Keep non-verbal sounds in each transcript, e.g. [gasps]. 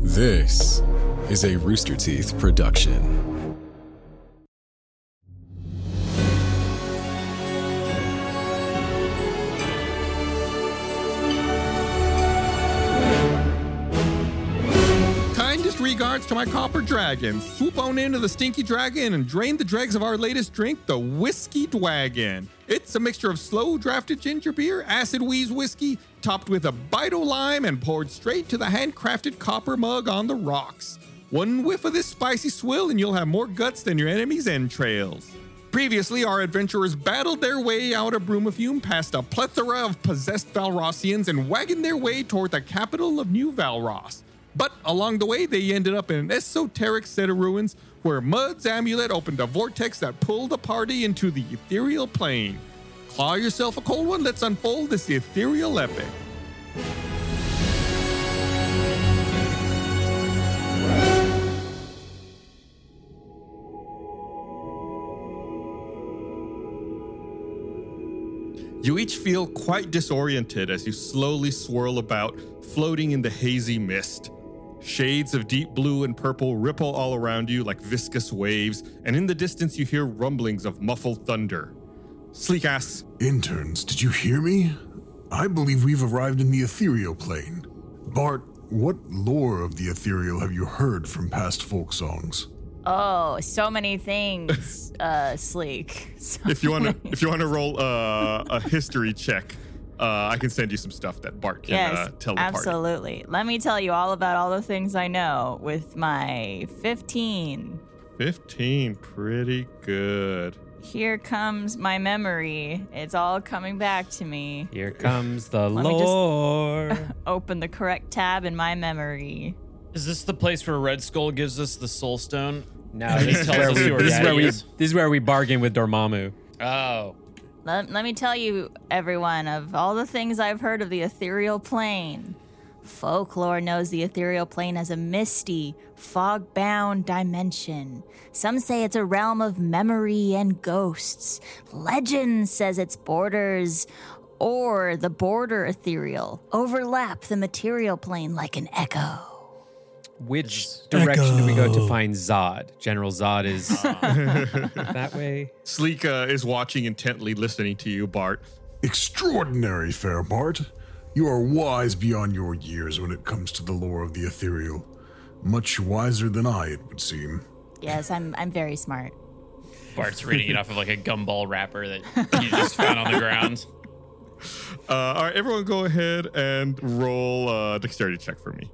This is a Rooster Teeth production. Kindest regards to my copper dragon. Swoop on into the stinky dragon and drain the dregs of our latest drink, the Whiskey Dwagon. It's a mixture of slow drafted ginger beer, acid wheeze whiskey, topped with a bite o' lime and poured straight to the handcrafted copper mug on the rocks. One whiff of this spicy swill and you'll have more guts than your enemy's entrails. Previously, our adventurers battled their way out of Brumafume past a plethora of possessed Valrossians and wagged their way toward the capital of New Valros. But along the way, they ended up in an esoteric set of ruins where Mud's amulet opened a vortex that pulled the party into the ethereal plane. Claw yourself a cold one, let's unfold this ethereal epic. You each feel quite disoriented as you slowly swirl about, floating in the hazy mist. Shades of deep blue and purple ripple all around you like viscous waves, and in the distance you hear rumblings of muffled thunder. Sleek asks, Interns, did you hear me? I believe we've arrived in the ethereal plane. Bart, what lore of the ethereal have you heard from past folk songs? Oh, so many [laughs] things, uh, Sleek. So if you want to, if you want to roll uh, a history check, uh, I can send you some stuff that Bart can yes, uh, tell the party. absolutely. Let me tell you all about all the things I know with my 15. Fifteen, pretty good. Here comes my memory. It's all coming back to me. Here comes the me just- lore. [laughs] Open the correct tab in my memory. Is this the place where Red Skull gives us the Soul Stone? no, He this tells is where us we who our this is daddy where we is. this is where we bargain with Dormammu. Oh, Let, let me tell you, everyone, of all the things I've heard of the ethereal plane. Folklore knows the ethereal plane as a misty, fog bound dimension. Some say it's a realm of memory and ghosts. Legend says its borders or the border ethereal overlap the material plane like an echo. Which direction do we go to find Zod? General Zod is [laughs] Ah. [laughs] that way. Sleek uh, is watching intently, listening to you, Bart. Extraordinary, fair Bart. You are wise beyond your years when it comes to the lore of the ethereal. Much wiser than I, it would seem. Yes, I'm, I'm very smart. Bart's reading it off of like a gumball wrapper that he just found on the ground. Uh, all right, everyone, go ahead and roll uh, dexterity check for me.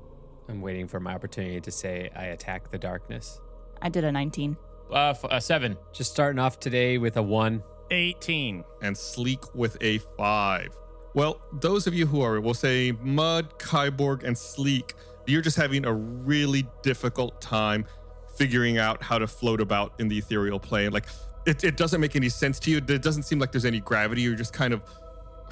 I'm waiting for my opportunity to say I attack the darkness. I did a 19. Uh, f- uh seven. Just starting off today with a one. 18. and Sleek with a five. Well, those of you who are, we'll say Mud, Kyborg, and Sleek, you're just having a really difficult time figuring out how to float about in the ethereal plane. Like, it, it doesn't make any sense to you. It doesn't seem like there's any gravity. You're just kind of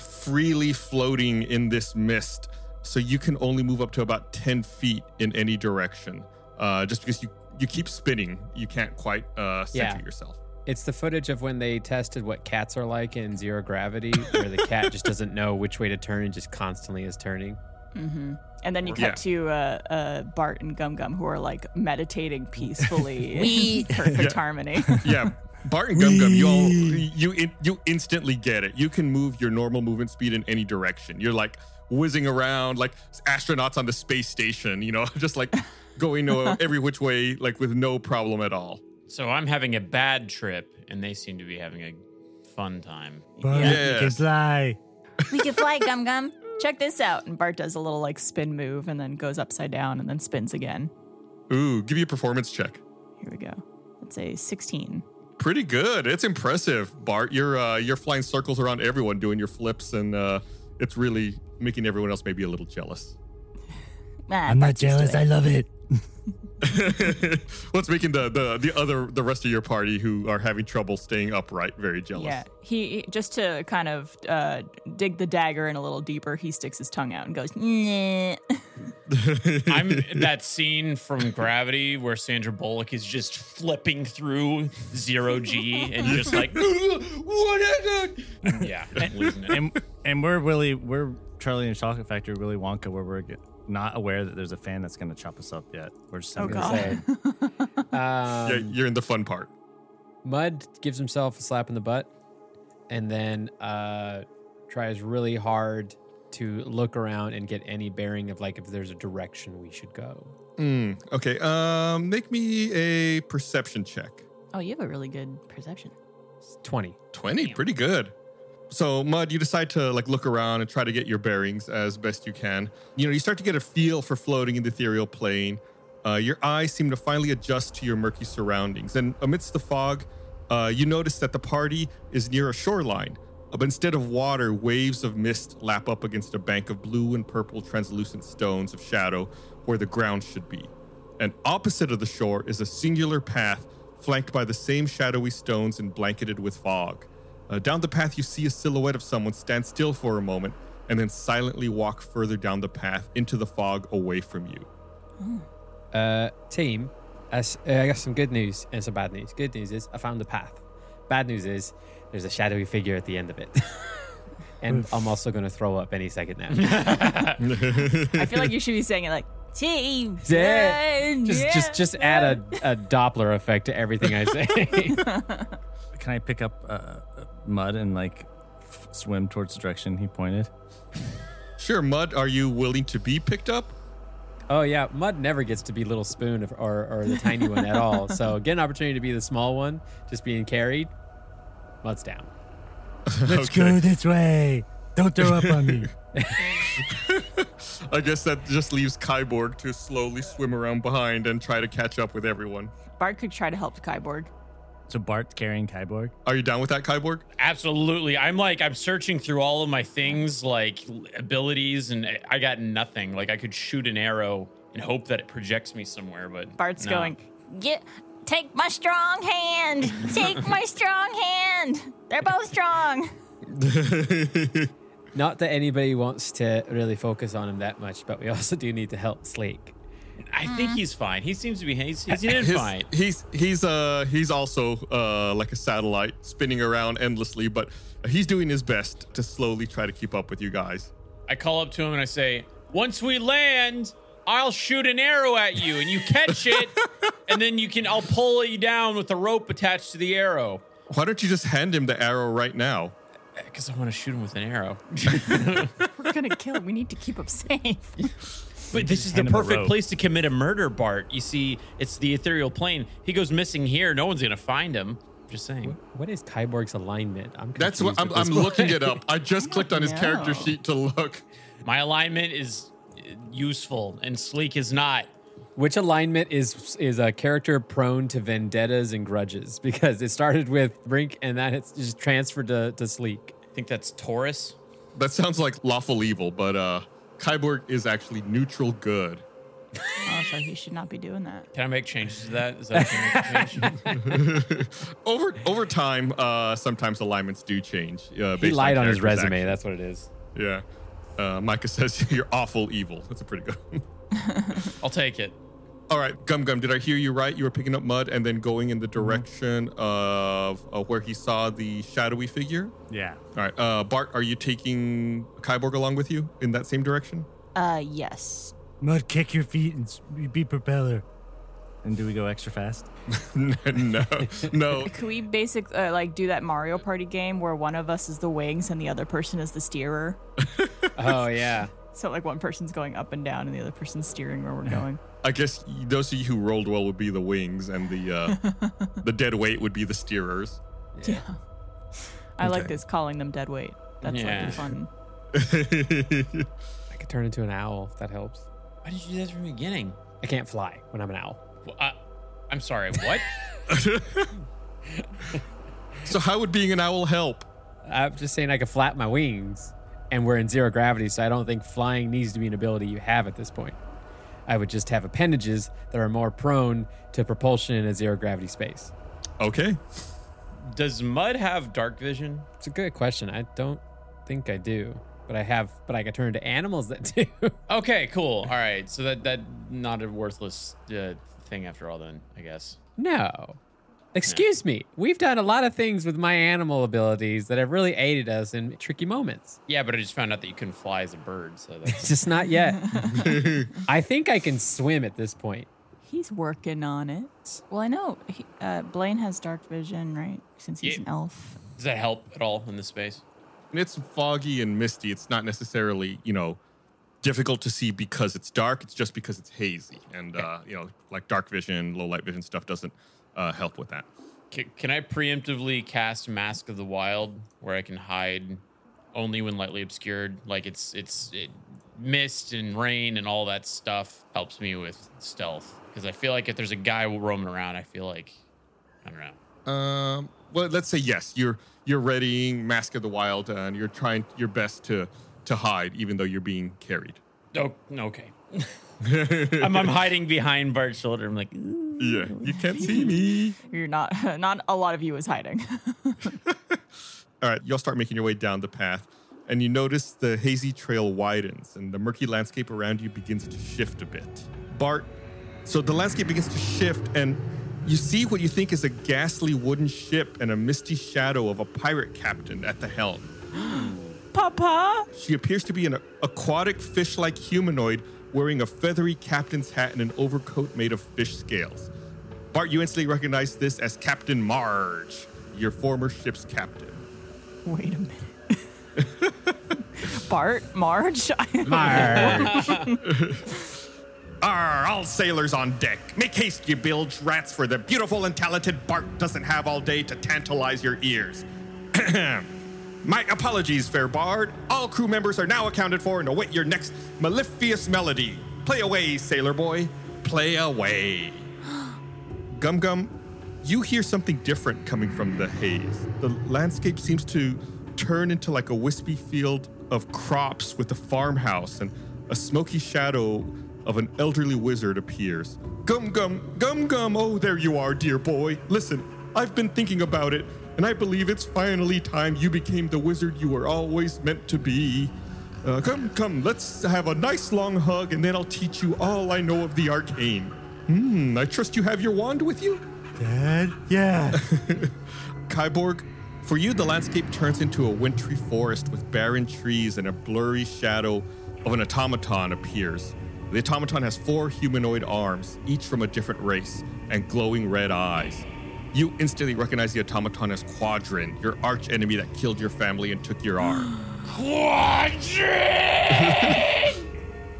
freely floating in this mist. So you can only move up to about 10 feet in any direction uh, just because you, you keep spinning. You can't quite uh, center Yeah. yourself. It's the footage of when they tested what cats are like in zero gravity, where the cat just doesn't know which way to turn and just constantly is [laughs] turning. Mm-hmm. And then you Yeah. cut to uh, uh, Bart and Gum Gum, who are like meditating [laughs] peacefully in perfect Yeah. [laughs] harmony. yeah, Bart and Gum Gum, you all you in- you instantly get it. You can move your normal movement speed in any direction. You're like whizzing around like astronauts on the space station. You know, [laughs] just like going uh, every which way, like with no problem at all. So I'm having a bad trip, and they seem to be having a fun time. Yeah. can fly. we can fly, Gum Gum. Check this out. And Bart does a little like spin move and then goes upside down and then spins again. Ooh, give you a performance check. Here we go. Let's say 16. Pretty good. It's impressive, Bart. You're uh, you're flying circles around everyone, doing your flips, and uh, it's really making everyone else maybe a little jealous. [laughs] Ah, I'm not Bart's used to jealous. it. I love it. What's making the, the the other the rest of your party who are having trouble staying upright very jealous? Yeah, he he- just to kind of uh, dig the dagger in a little deeper. He sticks his tongue out and goes, "Nyeh." I'm that scene from Gravity where Sandra Bullock is just flipping through zero G and just like, [laughs] what is it? Yeah, I'm losing it. And and we're really we're Charlie and Chocolate Factory Willy Wonka where we're get- not aware that there's a fan that's going to chop us up yet. We're just Oh, having God. Say. Um, you're, you're in the fun part. Mud gives himself a slap in the butt and then uh, tries really hard to look around and get any bearing of like if there's a direction we should go. Mm, okay. Um, make me a perception check. Oh, you have a really good perception. It's 20. 20 pretty good so mud you decide to like look around and try to get your bearings as best you can you know you start to get a feel for floating in the ethereal plane uh, your eyes seem to finally adjust to your murky surroundings and amidst the fog uh, you notice that the party is near a shoreline Uh, but instead of water waves of mist lap up against a bank of blue and purple translucent stones of shadow where the ground should be and opposite of the shore is a singular path flanked by the same shadowy stones and blanketed with fog. Uh, down the path, you see a silhouette of someone stand still for a moment and then silently walk further down the path into the fog away from you. Uh, team, as, uh, I got some good news and some bad news. Good news is I found the path. Bad news is there's a shadowy figure at the end of it. [laughs] and I'm also going to throw up any second now. [laughs] I feel like you should be saying it like team. [laughs] Yeah. Zen, just, yeah." just, just add a, a Doppler effect to everything I say. [laughs] Can I pick up uh, uh, mud and like f- swim towards the direction he pointed? Sure, Mud, are you willing to be picked up? Oh yeah, Mud never gets to be Little Spoon if- or, or the tiny one at all. So get an opportunity to be the small one, just being carried. Mud's down. [laughs] Let's go this way. Don't throw up on me. I guess that just leaves Kyborg to slowly swim around behind and try to catch up with everyone. Bard could try to help Kyborg. so Bart carrying Kyborg. Are you down with that, Kyborg? Absolutely. I'm like, I'm searching through all of my things, like abilities, and I got nothing. Like, I could shoot an arrow and hope that it projects me somewhere, but. Bart's [laughs] no. going. Get, take my strong hand. Take my strong hand. They're both strong. Not that anybody wants to really focus on him that much, but we [laughs] also do need to help Slake. I think "Mm-hmm." he's fine. He seems to be. He's, he's in His- fine. He's he's uh he's also uh like a satellite spinning around endlessly, but he's doing his best to slowly try to keep up with you guys. I call up to him and I say, "Once we land, I'll shoot an arrow at you, and you catch it, and then you can. I'll pull you down with a rope attached to the arrow, Why don't you just hand him the arrow right now? because I want to shoot him with an arrow. [laughs] We're gonna kill him. We need to keep him [laughs] safe. But this is the him a perfect rope. place to commit a murder, Bart. You see, it's the ethereal plane. He goes missing here. No one's gonna find him. Just saying. What is Kyborg's alignment? I'm That's confused what I'm, at this I'm point. looking it up. I just clicked on his character No. sheet to look. My alignment is uh, useful, and Sleek is not. Which alignment is is a character prone to vendettas and grudges? [laughs] Because it started with Brink, and then it's just transferred to to Sleek. I think that's Taurus. That sounds like lawful evil, but uh Kyborg is actually neutral good. oh, so he should not be doing that. Can I make changes to that? Is that can I make a change? Over over time, uh sometimes alignments do change. Uh, He based lied on his character's resume. actions. That's what it is. Yeah. Uh, Micah says [laughs] you're awful evil. That's a pretty good one. I'll take it. All right, Gum Gum, did I hear you right? You were picking up mud and then going in the direction of uh, where he saw the shadowy figure. Yeah. All right, uh, Bart, are you taking Kyborg along with you in that same direction? [laughs] Uh, yes. Mud, kick your feet and be propeller. And do we go extra fast? no, no. Can we basic uh, like do that Mario Party game where one of us is the wings and the other person is the steerer? [laughs] Oh yeah. So like one person's going up and down and the other person's steering where we're going. I guess those of you who rolled well would be the wings, and the uh, the dead weight would be the steerers. [laughs] yeah. I like Okay. this calling them dead weight. That's like Yeah. a fun. [laughs] I could turn into an owl if that helps. Why did you do that from the beginning? I can't fly when I'm an owl. Well, I, I'm sorry. What? so how would being an owl help? I'm just saying I could flap my wings, and we're in zero gravity, so I don't think flying needs to be an ability you have at this point. I would just have appendages that are more prone to propulsion in a zero gravity space. Okay, Does Mud have dark vision? It's a good question. I don't think I do, but I have. But I could turn into animals that [laughs] do. Okay, cool. All right, so that that not a worthless uh, thing after all. Then I guess. no, Excuse me. We've done a lot of things with my animal abilities that have really aided us in tricky moments. Yeah, but I just found out that you couldn't fly as a bird, so that's Just not yet. I think I can swim at this point. He's working on it. Well, I know he, uh, Blaine has dark vision, right? Since he's Yeah. an elf. Does that help at all in this space? And it's foggy and misty. It's not necessarily, you know, difficult to see because it's dark. It's just because it's hazy. And, uh, you know, like dark vision, low light vision stuff doesn't uh, help with that. Can, can I preemptively cast Mask of the Wild, where I can hide only when lightly obscured? Like it's it's it, mist and rain and all that stuff helps me with stealth because I feel like if there's a guy roaming around, I feel like I don't know. Um, well, let's say yes. You're you're readying Mask of the Wild, uh, and you're trying your best to to hide, even though you're being carried. Oh, okay. [laughs] I'm, I'm hiding behind Bart's shoulder. I'm like, "Ooh." Yeah, you can't see me. You're not. [laughs] Not a lot of you is hiding. [laughs] All right, y'all start making your way down the path, and you notice the hazy trail widens and the murky landscape around you begins to shift a bit. Bart, so the landscape begins to shift, and you see what you think is a ghastly wooden ship and a misty shadow of a pirate captain at the helm. Papa. She appears to be an aquatic fish like humanoid wearing a feathery captain's hat and an overcoat made of fish scales. Bart, you instantly recognize this as Captain Marge, your former ship's captain. Wait a minute. [laughs] Bart, Marge. [laughs] Marge. Arr, all sailors on deck. Make haste, you bilge rats, for the beautiful and talented Bart doesn't have all day to tantalize your ears. [clears throat] My apologies, fair bard. All crew members are now accounted for and await your next mellifluous melody. Play away, sailor boy. Play away. Gum Gum, you hear something different coming from the haze. The landscape seems to turn into like a wispy field of crops with a farmhouse, and a smoky shadow of an elderly wizard appears. Gum Gum, Gum Gum, oh, there you are, dear boy. Listen, I've been thinking about it, and I believe it's finally time you became the wizard you were always meant to be. Uh, come, come, let's have a nice long hug, and then I'll teach you all I know of the arcane. Hmm, I trust you have your wand with you? Dad? [laughs] Yeah. Kyborg, for you, the landscape turns into a wintry forest with barren trees and a blurry shadow of an automaton appears. The automaton has four humanoid arms, each from a different race, and glowing red eyes. You instantly recognize the automaton as Quadrin, your arch enemy that killed your family and took your arm.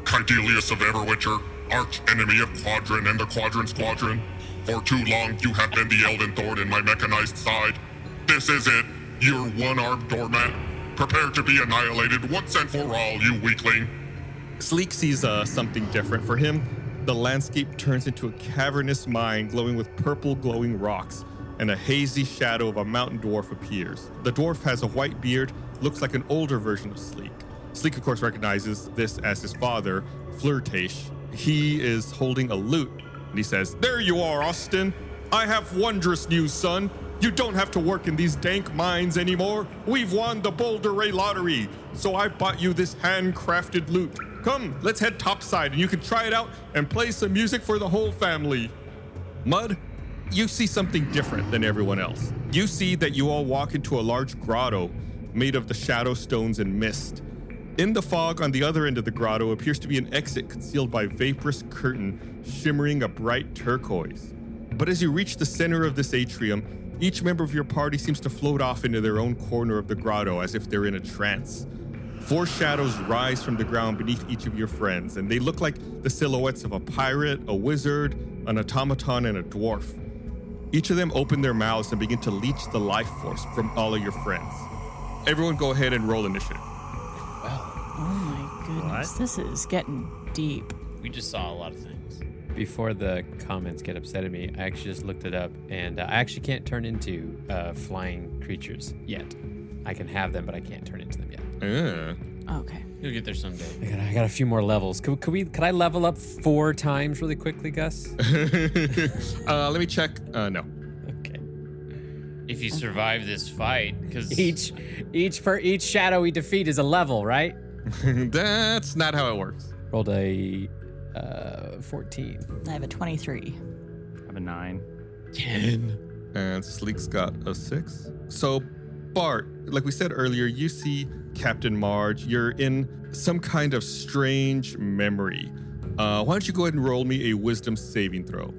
Tridelius of Everwitcher, arch enemy of Quadrin and the Quadrin Squadron. For too long you have been the Elden Thorn in my mechanized side. This is it, your one-armed doormat. Prepare to be annihilated once and for all, you weakling. Sleek sees uh, something different. For him, the landscape turns into a cavernous mine glowing with purple glowing rocks, and a hazy shadow of a mountain dwarf appears. The dwarf has a white beard, looks like an older version of Sleek. Sleek, of course, recognizes this as his father, Flirtash. He is holding a lute, and he says, There you are, Austin. I have wondrous news, son. You don't have to work in these dank mines anymore. We've won the Boulder Ray lottery, so I bought you this handcrafted loot. Come, let's head topside and you can try it out and play some music for the whole family. Mud, you see something different than everyone else. You see that you all walk into a large grotto made of the shadow stones and mist. In the fog on the other end of the grotto appears to be an exit concealed by vaporous curtain shimmering a bright turquoise. But as you reach the center of this atrium, each member of your party seems to float off into their own corner of the grotto as if they're in a trance. Four shadows rise from the ground beneath each of your friends, and they look like the silhouettes of a pirate, a wizard, an automaton, and a dwarf. Each of them open their mouths and begin to leech the life force from all of your friends. Everyone go ahead and roll initiative. Oh my goodness, this is getting deep. We just saw a lot of things. Before the comments get upset at me, I actually just looked it up, and uh, I actually can't turn into uh, flying creatures yet. I can have them, but I can't turn into them yet. Okay. You'll get there someday. I got, I got a few more levels. Could, could we? Could I level up four times really quickly, [laughs] Gus? [laughs] uh, let me check. Uh, no. [laughs] okay. If you survive this fight, because Each, each for each shadow we defeat is a level, right? That's not how it works. Rolled a uh, 14. I have a 23. I have a nine. ten. and Sleek's got a six. So, Bart, like we said earlier, you see Captain Marge. You're in some kind of strange memory. Uh, why don't you go ahead and roll me a wisdom saving throw?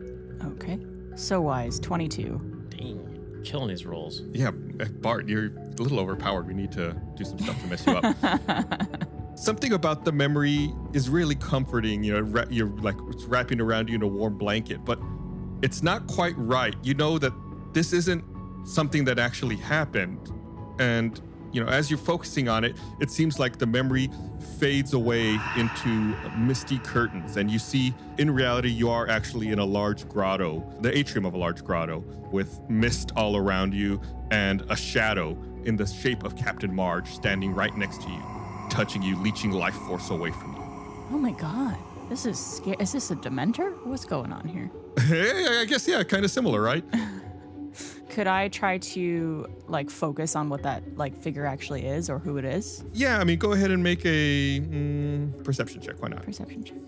Okay. So wise, 22. Dang, killing these rolls. Yeah, eh, Bart, you're a little overpowered. We need to do some stuff to mess you up. Something about the memory is really comforting. You know, it wra- you're like it's wrapping around you in a warm blanket, but it's not quite right. You know that this isn't something that actually happened, and you know, as you're focusing on it, it seems like the memory fades away into misty curtains, and you see in reality you are actually in a large grotto, the atrium of a large grotto, with mist all around you and a shadow in the shape of Captain Marge standing right next to you, touching you, leeching life force away from you. Oh my god. This is scary. Is this a Dementor? What's going on here? Hey, I guess yeah, kind of similar, right? Could I try to like focus on what that like figure actually is or who it is? Yeah, I mean, go ahead and make a mm, perception check. Why not? Perception check.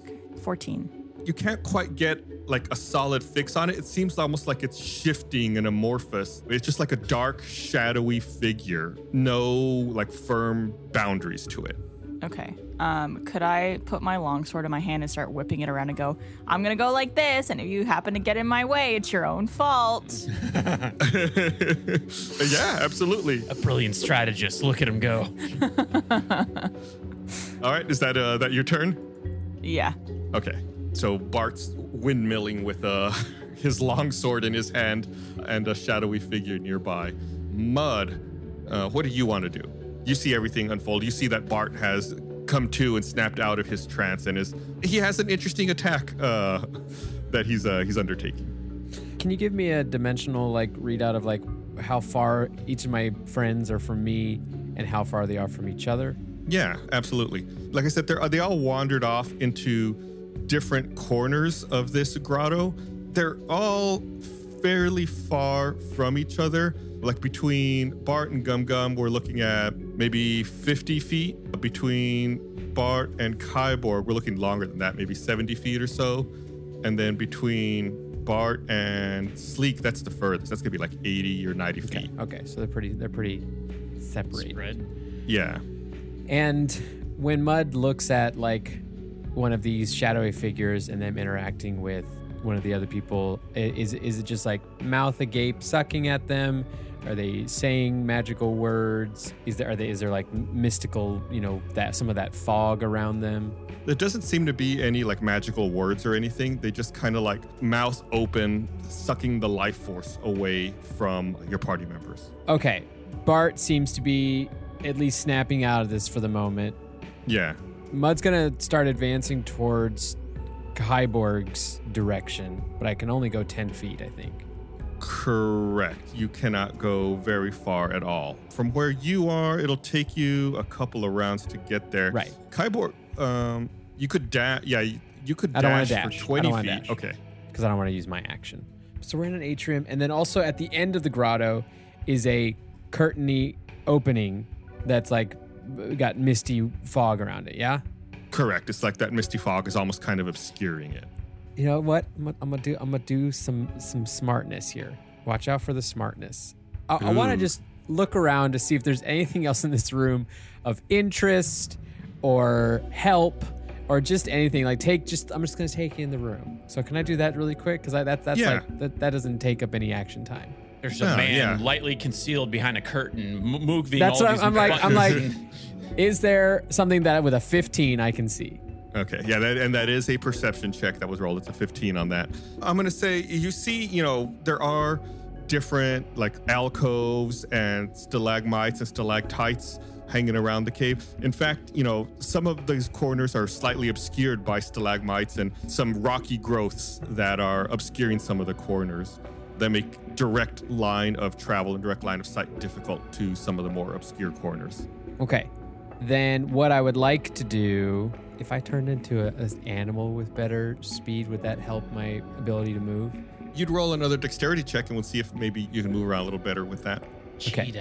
14. you can't quite get like a solid fix on it. It seems almost like it's shifting and amorphous. It's just like a dark, shadowy figure. No like firm boundaries to it. [laughs] Okay. Um, could I put my longsword in my hand and start whipping it around and go, I'm gonna go like this, and if you happen to get in my way, it's your own [laughs] fault. yeah, absolutely. A brilliant strategist. Look at him go. All right, is that uh, that your turn? yeah. Okay. So Bart's windmilling with uh, [laughs] his long sword in his hand and a shadowy figure nearby. Mud, uh, what do you want to do? You see everything unfold. You see that Bart has come to and snapped out of his trance and is he has an interesting attack uh, [laughs] that he's uh, he's undertaking. Can you give me a dimensional like readout of like how far each of my friends are from me and how far they are from each other? Yeah, absolutely. Like I said, they're, they all wandered off into different corners of this grotto. They're all fairly far from each other. Like between Bart and Gum Gum, we're looking at maybe 50 feet. Between Bart and Kyborg, we're looking longer than that, maybe 70 feet or so. And then between Bart and Sleek, that's the furthest. That's gonna be like 80 or 90 feet. Okay, so they're pretty they're pretty separated. Spread. Yeah. And when Mud looks at like one of these shadowy figures and them interacting with one of the other people, i- is is it just like mouth agape, sucking at them? Are they saying magical words? Is there are they is there like mystical, you know, that some of that fog around them? There doesn't seem to be any like magical words or anything. They just kind of like mouth open, sucking the life force away from your party members. Okay, Bart seems to be at least snapping out of this for the moment. Yeah. Mud's gonna start advancing towards Kyborg's direction, but I can only go ten feet, I think. Correct. You cannot go very far at all. From where you are, it'll take you a couple of rounds to get there. Right. Kyborg, um, you could dash. Yeah, you, you could I don't wanna dash, dash. I for 20 don't wanna feet. dash. Okay. because I don't want to use my action. So we're in an atrium, and then also at the end of the grotto is a curtainy opening that's like b- got misty fog around it. Yeah, Correct. It's like that misty fog is almost kind of obscuring it. you know what? I'm gonna, I'm gonna do I'm gonna do some some smartness here. Watch out for the smartness. I, I want to Ooh. just look around to see if there's anything else in this room of interest or help or just anything. Like take just I'm just gonna take in the room. So can I do that really quick? Because that that's Yeah. like that, that doesn't take up any action time. There's Yeah, a man yeah. lightly concealed behind a curtain, m- moving. That's all what I'm, these I'm like. I'm [laughs] like, buttons. is there something that with a 15 I can see? Okay, yeah, that, and that is a perception check that was rolled. It's a 15 on that. I'm gonna say you see, you know, there are different like alcoves and stalagmites and stalactites hanging around the cave. In fact, you know, some of these corners are slightly obscured by stalagmites and some rocky growths that are obscuring some of the corners that make direct line of travel and direct line of sight difficult to some of the more obscure corners. Okay. Then what I would like to do, if I turned into a, an animal with better speed, would that help my ability to move? You'd roll another dexterity check and we'll see if maybe you can move around a little better with that. Okay.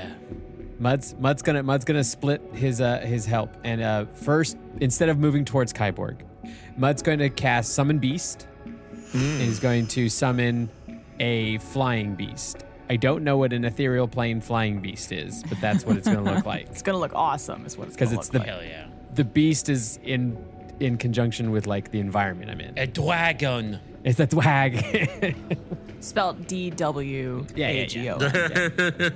Mud's Mud's gonna Mud's gonna split his uh, his help and uh, first instead of moving towards Kyborg, Mud's going to cast summon beast. And he's going to summon a flying beast. I don't know what an ethereal plane flying beast is, but that's what it's going to look like. It's gonna look awesome, is what it's 'Cause gonna it's look the- like. Hell yeah. The beast is in in conjunction with like the environment I'm in. A dragon. It's a twag. [laughs] spelled D W A G O. yeah.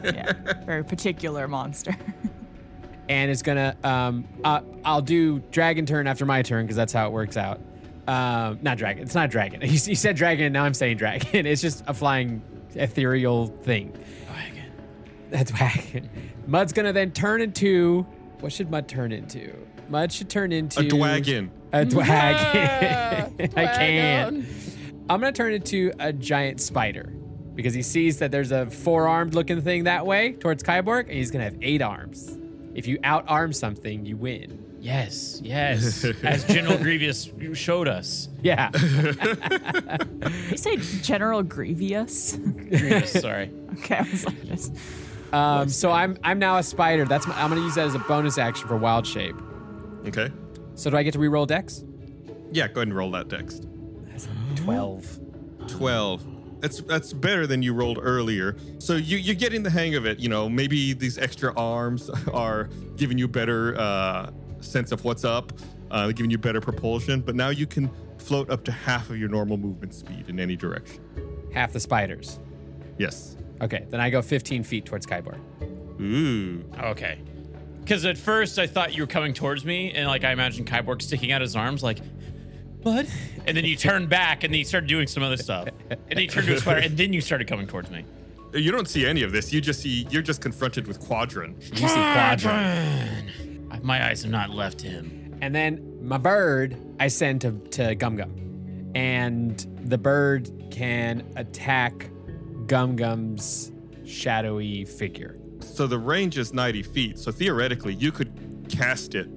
Yeah, very particular monster. [laughs] and it's gonna um uh, I'll do dragon turn after my turn because that's how it works out. Um, not dragon. It's not dragon. [laughs] You, s- you said dragon. Now I'm saying dragon. [laughs] It's just a flying ethereal thing. Dragon. That's [laughs] wagon. Mud's gonna then turn into what should Mud turn into? Mud should turn into A dwagon. A dwagon. I can't. I'm gonna turn into a giant spider because he sees that there's a four-armed looking thing that way towards Kyborg, and he's gonna have eight arms. If you out-arm something, you win. Yes, yes. As General Grievous showed us. Yeah. you say General Grievous? [laughs] Grievous, sorry. Okay, I was like this. Um, so I'm I'm now a spider. That's my, I'm gonna use that as a bonus action for wild shape. Okay. So do I get to reroll dex? Yeah, go ahead and roll that dext. Twelve. 12. That's that's better than you rolled earlier. So you you're getting the hang of it, you know, maybe these extra arms [laughs] are giving you better uh sense of what's up, uh giving you better propulsion, but now you can float up to half of your normal movement speed in any direction. Half the spiders. Yes. Okay, then I go 15 feet towards Kyborg. Ooh. Okay. Because at first I thought you were coming towards me, and like I imagined Kyborg sticking out his arms, like, what? And then you turned back, and then you started doing some other stuff, and then you turned to a spider, and then you started coming towards me. You don't see any of this. You just see you're just confronted with Quadron. You see Quadron. My eyes have not left him. And then my bird I send to, to Gum Gum. And the bird can attack Gum Gum's shadowy figure. So the range is 90 feet. So theoretically, you could cast it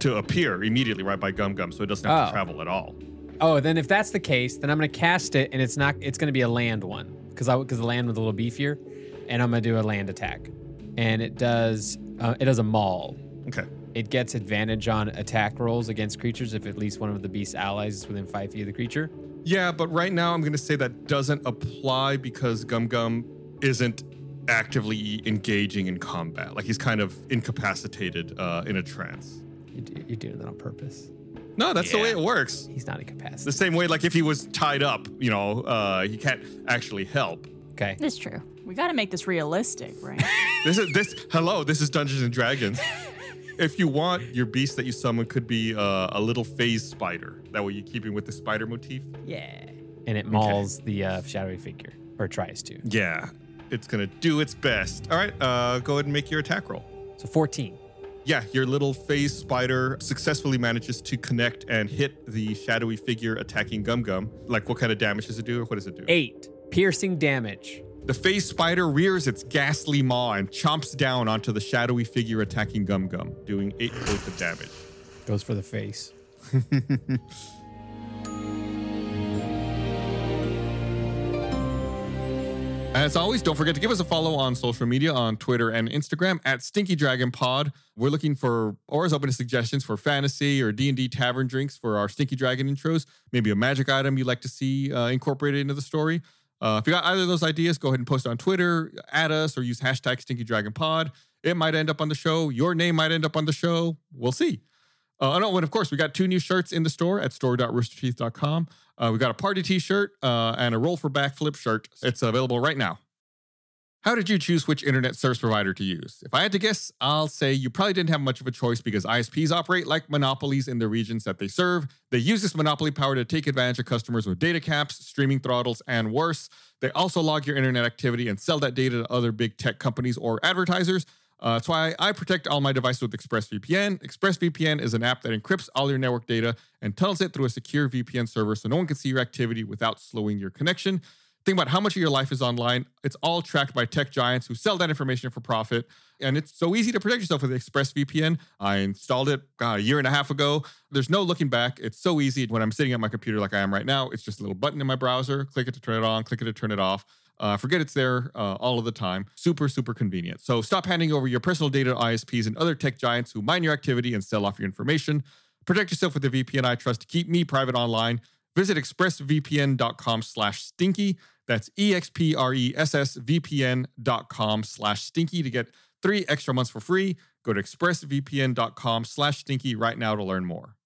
to appear immediately right by Gum Gum, so it doesn't have Oh. to travel at all. Oh, then if that's the case, then I'm gonna cast it and it's not it's gonna be a land one. Cause I cause the land was a little beefier. And I'm gonna do a land attack. And it does uh, it does a maul. Okay. It gets advantage on attack rolls against creatures if at least one of the beast's allies is within five feet of the creature. Yeah, but right now I'm going to say that doesn't apply because Gum Gum isn't actively engaging in combat. Like he's kind of incapacitated uh, in a trance. You do, you're doing that on purpose. No, that's the way it works. He's not The incapacitated. same way, like if he was tied up, you know, uh, he can't actually help. Okay. That's true. We gotta make this realistic, [laughs] right? This is this. Hello, this is Dungeons and Dragons. if you want, your beast that you summon could be uh, a little phase spider. That way, you keep him with the spider motif. yeah. And it mauls the uh, shadowy figure, or tries to. Yeah, it's gonna do its best. All right, uh, go ahead and make your attack roll. So 14. Yeah, your little phase spider successfully manages to connect and hit the shadowy figure attacking Gum Gum. Like, what kind of damage does it do, or what does it do? Eight. Piercing damage. The phase spider rears its ghastly maw and chomps down onto the shadowy figure attacking Gum Gum, doing eight points of damage. Goes for the face. As always, don't forget to give us a follow on social media on Twitter and Instagram at Stinky Dragon Pod. We're looking for or is open to suggestions for fantasy or D and D tavern drinks for our Stinky Dragon intros. Maybe a magic item you'd like to see uh, incorporated into the story. Uh, if you got either of those ideas, go ahead and post on Twitter, at us, or use hashtag Stinky Dragon Pod. It might end up on the show. Your name might end up on the show. We'll see. Uh, no, and of course, we got two new shirts in the store at store.roosterteeth.com. Uh, we got a party t shirt uh, and a roll for backflip shirt. It's available right now. How did you choose which internet service provider to use? If I had to guess, I'll say you probably didn't have much of a choice because ISPs operate like monopolies in the regions that they serve. They use this monopoly power to take advantage of customers with data caps, streaming throttles, and worse. They also log your internet activity and sell that data to other big tech companies or advertisers. Uh, that's why I protect all my devices with ExpressVPN. ExpressVPN is an app that encrypts all your network data and tunnels it through a secure VPN server so no one can see your activity without slowing your connection. Think about how much of your life is online. It's all tracked by tech giants who sell that information for profit. And it's so easy to protect yourself with ExpressVPN. I installed it God, a year and a half ago. There's no looking back. It's so easy when I'm sitting at my computer like I am right now. It's just a little button in my browser. Click it to turn it on, click it to turn it off. Uh, forget it's there uh, all of the time. Super, super convenient. So stop handing over your personal data to ISPs and other tech giants who mine your activity and sell off your information. Protect yourself with the VPN I trust to keep me private online. Visit expressvpn.com slash stinky. That's E E-X-P-R-E-S-S-V-P-N.com slash stinky to get three extra months for free. Go to expressvpn.com slash stinky right now to learn more.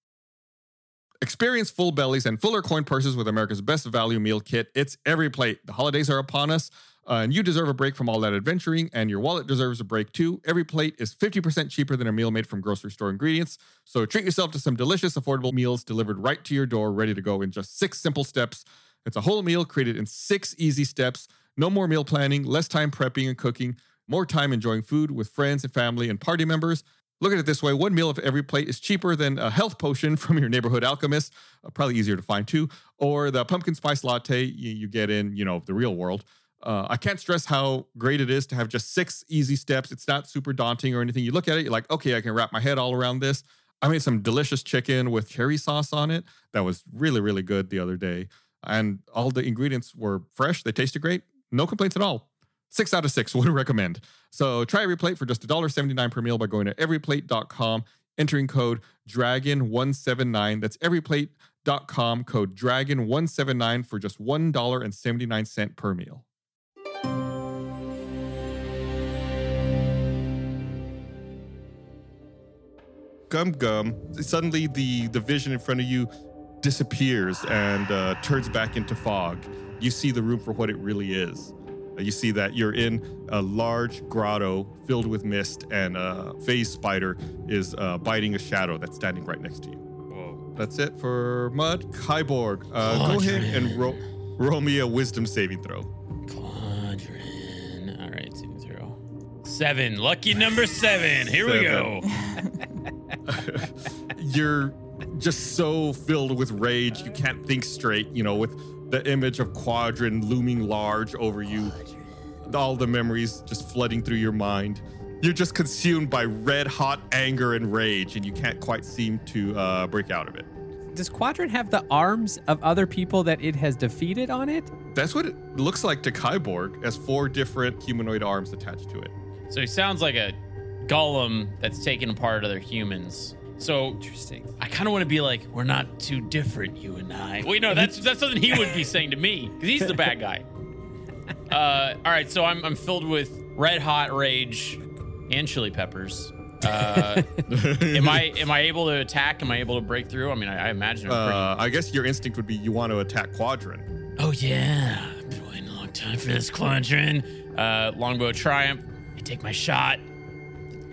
Experience full bellies and fuller coin purses with America's best value meal kit. It's every plate. The holidays are upon us, uh, and you deserve a break from all that adventuring, and your wallet deserves a break too. Every plate is 50% cheaper than a meal made from grocery store ingredients. So treat yourself to some delicious, affordable meals delivered right to your door, ready to go in just six simple steps. It's a whole meal created in six easy steps. No more meal planning, less time prepping and cooking, more time enjoying food with friends and family and party members. Look at it this way one meal of every plate is cheaper than a health potion [laughs] from your neighborhood alchemist, uh, probably easier to find too, or the pumpkin spice latte you, you get in, you know, the real world. Uh, I can't stress how great it is to have just six easy steps. It's not super daunting or anything. You look at it, you're like, okay, I can wrap my head all around this. I made some delicious chicken with cherry sauce on it that was really, really good the other day. And all the ingredients were fresh, they tasted great. No complaints at all six out of six [laughs] would recommend. So try every plate for just $1.79 per meal by going to everyplate.com, entering code DRAGON179. That's everyplate.com, code DRAGON179 for just $1.79 per meal. Gum Gum, suddenly the, the vision in front of you disappears and uh, turns back into fog. You see the room for what it really is. Uh, You see that you're in a large grotto filled with mist, and a phase spider is uh, biting a shadow that's standing right next to you. Whoa. That's it for Mud. Kyborg, uh, go ahead and ro- roll me a wisdom saving throw. Quadrant. All right, saving throw. Seven. Lucky number seven. Here we go. [laughs] You're just so filled with rage, you can't think straight, you know, with the image of Quadrin looming large over you, all the memories just flooding through your mind. You're just consumed by red hot anger and rage, and you can't quite seem to uh, break out of it. Does Quadrant have the arms of other people that it has defeated on it? That's what it looks like to Kyborg, as four different humanoid arms attached to it. So he sounds like a golem that's taking apart other humans. So Interesting. I kind of want to be like, we're not too different, you and I. Well, you know, [laughs] that's that's something he would be saying to me because he's the bad [laughs] guy. Uh, all right, so I'm I'm filled with red hot rage and chili peppers. Uh, am I am I able to attack? Am I able to break through? I mean, I, I imagine. I'm pretty- Uh, I guess your instinct would be you want to attack Quadrin. oh yeah, I've been waiting a long time for this quadrant. Uh, longbow triumph. I take my shot.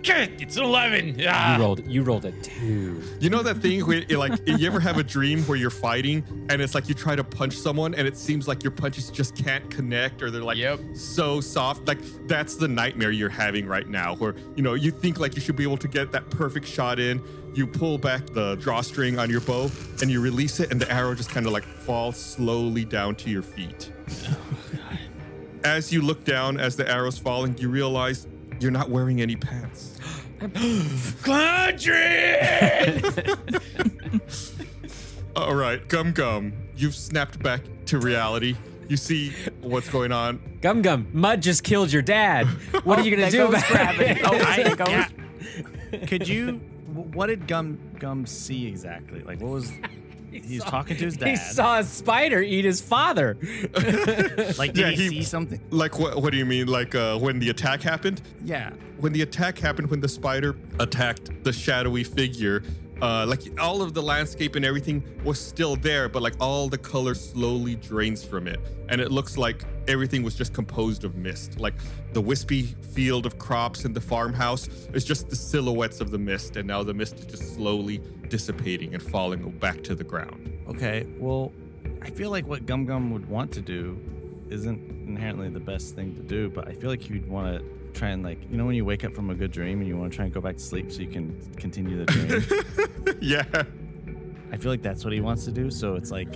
It's an eleven. Ah. You rolled. You rolled a two. You know that thing where, it, like, you ever have a dream where you're fighting and it's like you try to punch someone and it seems like your punches just can't connect or they're like Yep. so soft? Like, that's the nightmare you're having right now where, you know, you think like you should be able to get that perfect shot in. You pull back the drawstring on your bow and you release it and the arrow just kind of like falls slowly down to your feet. as you look down as the arrow's falling, you realize you're not wearing any pants. [laughs] Quadrant. All right, Gum Gum, you've snapped back to reality. You see what's going on. Gum gum. Mud just killed your [laughs] dad. What are you gonna There do goes about [laughs] gravity. it? Oh, I- there goes- yeah. Could you? wh- What did Gum Gum see exactly? Like, what was [laughs] he, was talking to his dad? [laughs] He saw a spider eat his father. like, did Yeah, he, he- see something? Like, what, what do you mean? Like, uh, when the attack happened? Yeah. When the attack happened, when the spider attacked the shadowy figure, uh, like all of the landscape and everything was still there, but like all the color slowly drains from it. And it looks like everything was just composed of mist. Like the wispy field of crops and the farmhouse is just the silhouettes of the mist. And now the mist is just slowly dissipating and falling back to the ground. Okay. Well, I feel like what Gum Gum would want to do isn't inherently the best thing to do, but I feel like he'd want to try and like you know when you wake up from a good dream and you want to try and go back to sleep so you can continue the dream. [laughs] yeah. I feel like that's what he wants to do. So it's like,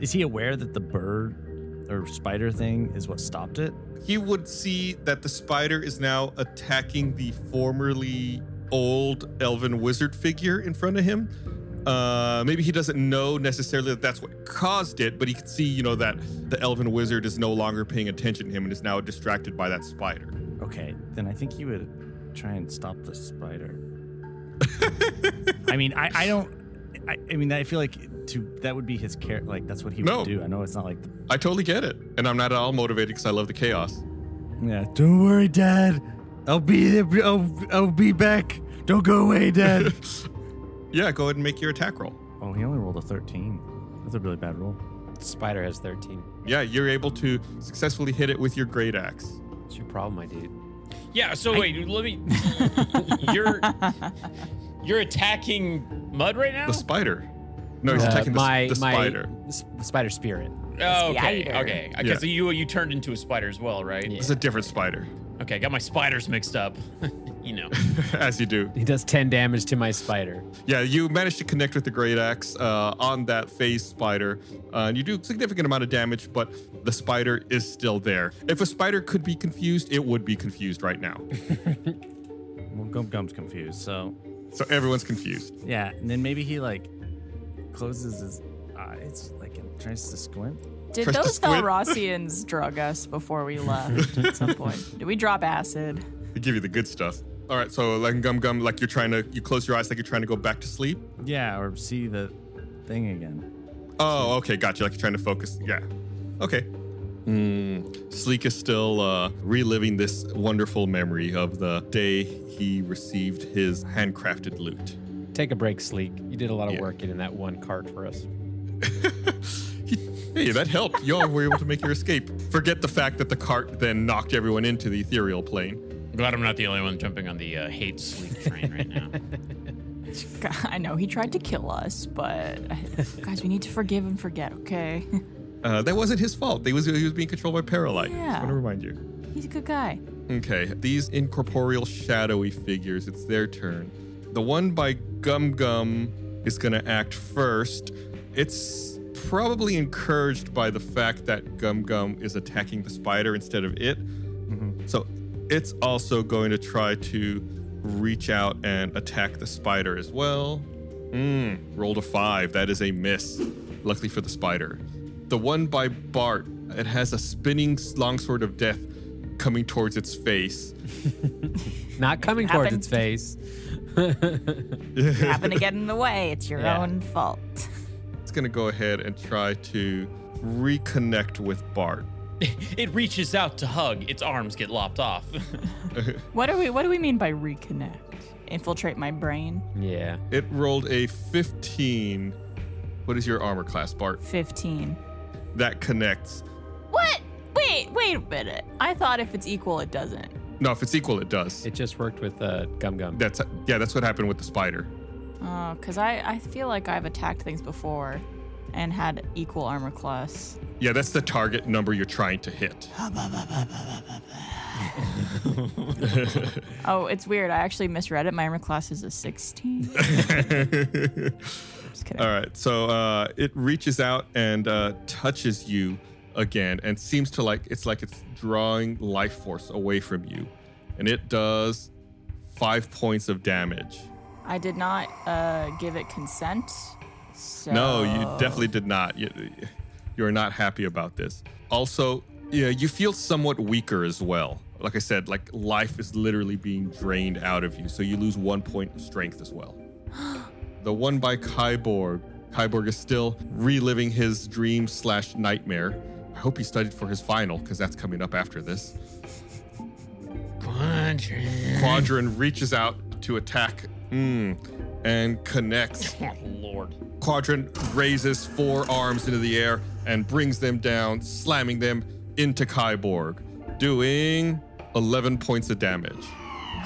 is he aware that the bird or spider thing is what stopped it? He would see that the spider is now attacking the formerly old elven wizard figure in front of him. Uh, maybe he doesn't know necessarily that that's what caused it, but he can see, you know, that the elven wizard is no longer paying attention to him and is now distracted by that spider. Okay, then I think he would try and stop the spider. I mean, I, I don't. I, I mean, I feel like to that would be his care. Like that's what he No. would do. I know it's not like, I totally get it. And I'm not at all motivated because I love the chaos. [laughs] yeah. Don't worry, Dad. I'll be there. I'll, I'll be back. Don't go away, [laughs] Dad. Yeah, go ahead and make your attack roll. Oh, he only rolled a thirteen. That's a really bad roll. Spider has 13. Yeah, you're able to successfully hit it with your great axe. What's your problem, my dude? Yeah. So wait, let me. You're you're attacking mud right now. The spider. No, he's Uh, attacking the, s- my, the my spider. s- spider spirit. Oh, okay. spider. Okay. Yeah. Because you you turned into a spider as well, right? Yeah. It's a different spider, [laughs] Okay. Got my spiders mixed up. [laughs] you know. as you do. He does 10 damage to my spider. Yeah, you managed to connect with the great axe uh, on that phase spider, uh, and you do significant amount of damage, but the spider is still there. If a spider could be confused, it would be confused right now. Well, Gum Gum's confused. So so everyone's confused. yeah, and then maybe he like closes his eyes, like and tries to squint. Did Press the those squid. Thalrossians drug us before we left at some [laughs] point? Did we drop acid? They give you the good stuff. All right, so like gum gum, like you're trying to, you close your eyes like you're trying to go back to sleep. Yeah, or see the thing again. Oh, okay, gotcha. Like you're trying to focus. Yeah. Okay. Mm, Sleek is still uh, reliving this wonderful memory of the day he received his handcrafted loot. Take a break, Sleek. You did a lot of Yeah. work getting that one cart for us. Hey, that helped. Y'all were able to make your escape. Forget the fact that the cart then knocked everyone into the ethereal plane. I'm glad I'm not the only one jumping on the uh, hate sleep train right now. God, [laughs] I know he tried to kill us, but [laughs] guys, we need to forgive and forget, okay? [laughs] Uh, that wasn't his fault. They was, he was being controlled by Paralyte. Just Yeah. want to remind you. He's a good guy. Okay, these incorporeal shadowy figures, it's their turn. The one by Gum Gum is going to act first. It's probably encouraged by the fact that Gum Gum is attacking the spider instead of it. So it's also going to try to reach out and attack the spider as well. Mm, rolled a five. That is a miss. Luckily for the spider. The one by Bart, it has a spinning longsword of death coming towards its face. Not coming towards happened. its face. You happen to get in the way. It's your Yeah. own fault. It's going to go ahead and try to reconnect with Bart. [laughs] it reaches out to hug. Its arms get lopped off. [laughs] What do we what do we mean by reconnect? Infiltrate my brain? Yeah. It rolled a 15. What is your armor class, Bart? 15. That connects. What? Wait, wait a minute. I thought if it's equal it doesn't. No, if it's equal, it does. It just worked with uh, Gum Gum. That's yeah, that's what happened with the spider. Oh, cuz I I feel like I've attacked things before and had equal armor class. Yeah, that's the target number you're trying to hit. Oh, it's weird. I actually misread it. My armor class is [laughs] a 16. Just kidding. All right, so uh, it reaches out and uh, touches you again, and seems to like it's like it's drawing life force away from you, and it does five points of damage. I did not uh, give it consent. So No, you Oh. definitely did not. You, you're not happy about this. Also, yeah, you feel somewhat weaker as well. Like I said, like life is literally being drained out of you, so you lose one point of strength as well. the one by Kyborg. Kyborg is still reliving his dream slash nightmare. I hope he studied for his final because that's coming up after this. Quadrin reaches out to attack mm, and connects. Oh, Lord. Quadrant raises four arms into the air and brings them down, slamming them into Kyborg, doing 11 points of damage.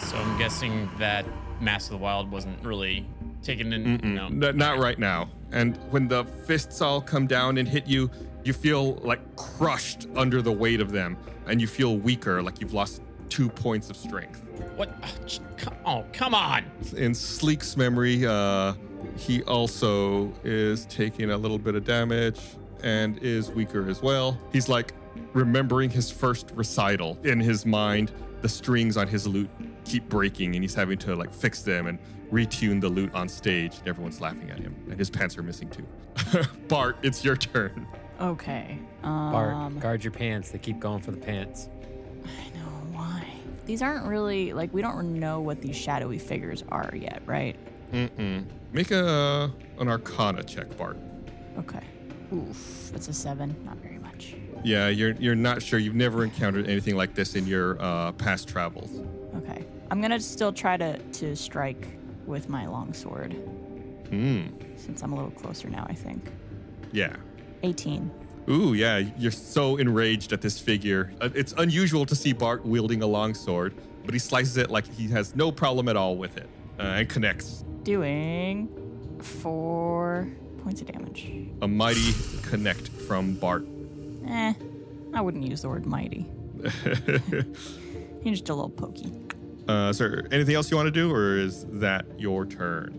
So I'm guessing that Mass of the Wild wasn't really taken in. No. N- not right now. And when the fists all come down and hit you, you feel like crushed under the weight of them, and you feel weaker, like you've lost two points of strength. What? Oh, ch- come- oh, come on. in Sleek's memory, uh, he also is taking a little bit of damage and is weaker as well. He's like remembering his first recital in his mind. The strings on his lute keep breaking, and he's having to like fix them and retune the lute on stage. And everyone's laughing at him, and his pants are missing too. [laughs] Bart, it's your turn. Okay. Um, Bart, guard your pants. They keep going for the pants. I know why. These aren't really like we don't know what these shadowy figures are yet, right? Mm-mm. Make a an Arcana check, Bart. Okay. Oof, that's a seven. Not very much. Yeah, you're you're not sure. You've never encountered anything like this in your uh, past travels. Okay. I'm gonna still try to to strike with my longsword Hmm. since I'm a little closer now. I think. Yeah. 18. Ooh, yeah. You're so enraged at this figure. Uh, It's unusual to see Bart wielding a longsword, but he slices it like he has no problem at all with it uh, and connects. Doing four points of damage. A mighty connect from Bart. [laughs] Eh, I wouldn't use the word mighty. You're just a little pokey. Uh, sir, anything else you want to do, or is that your turn?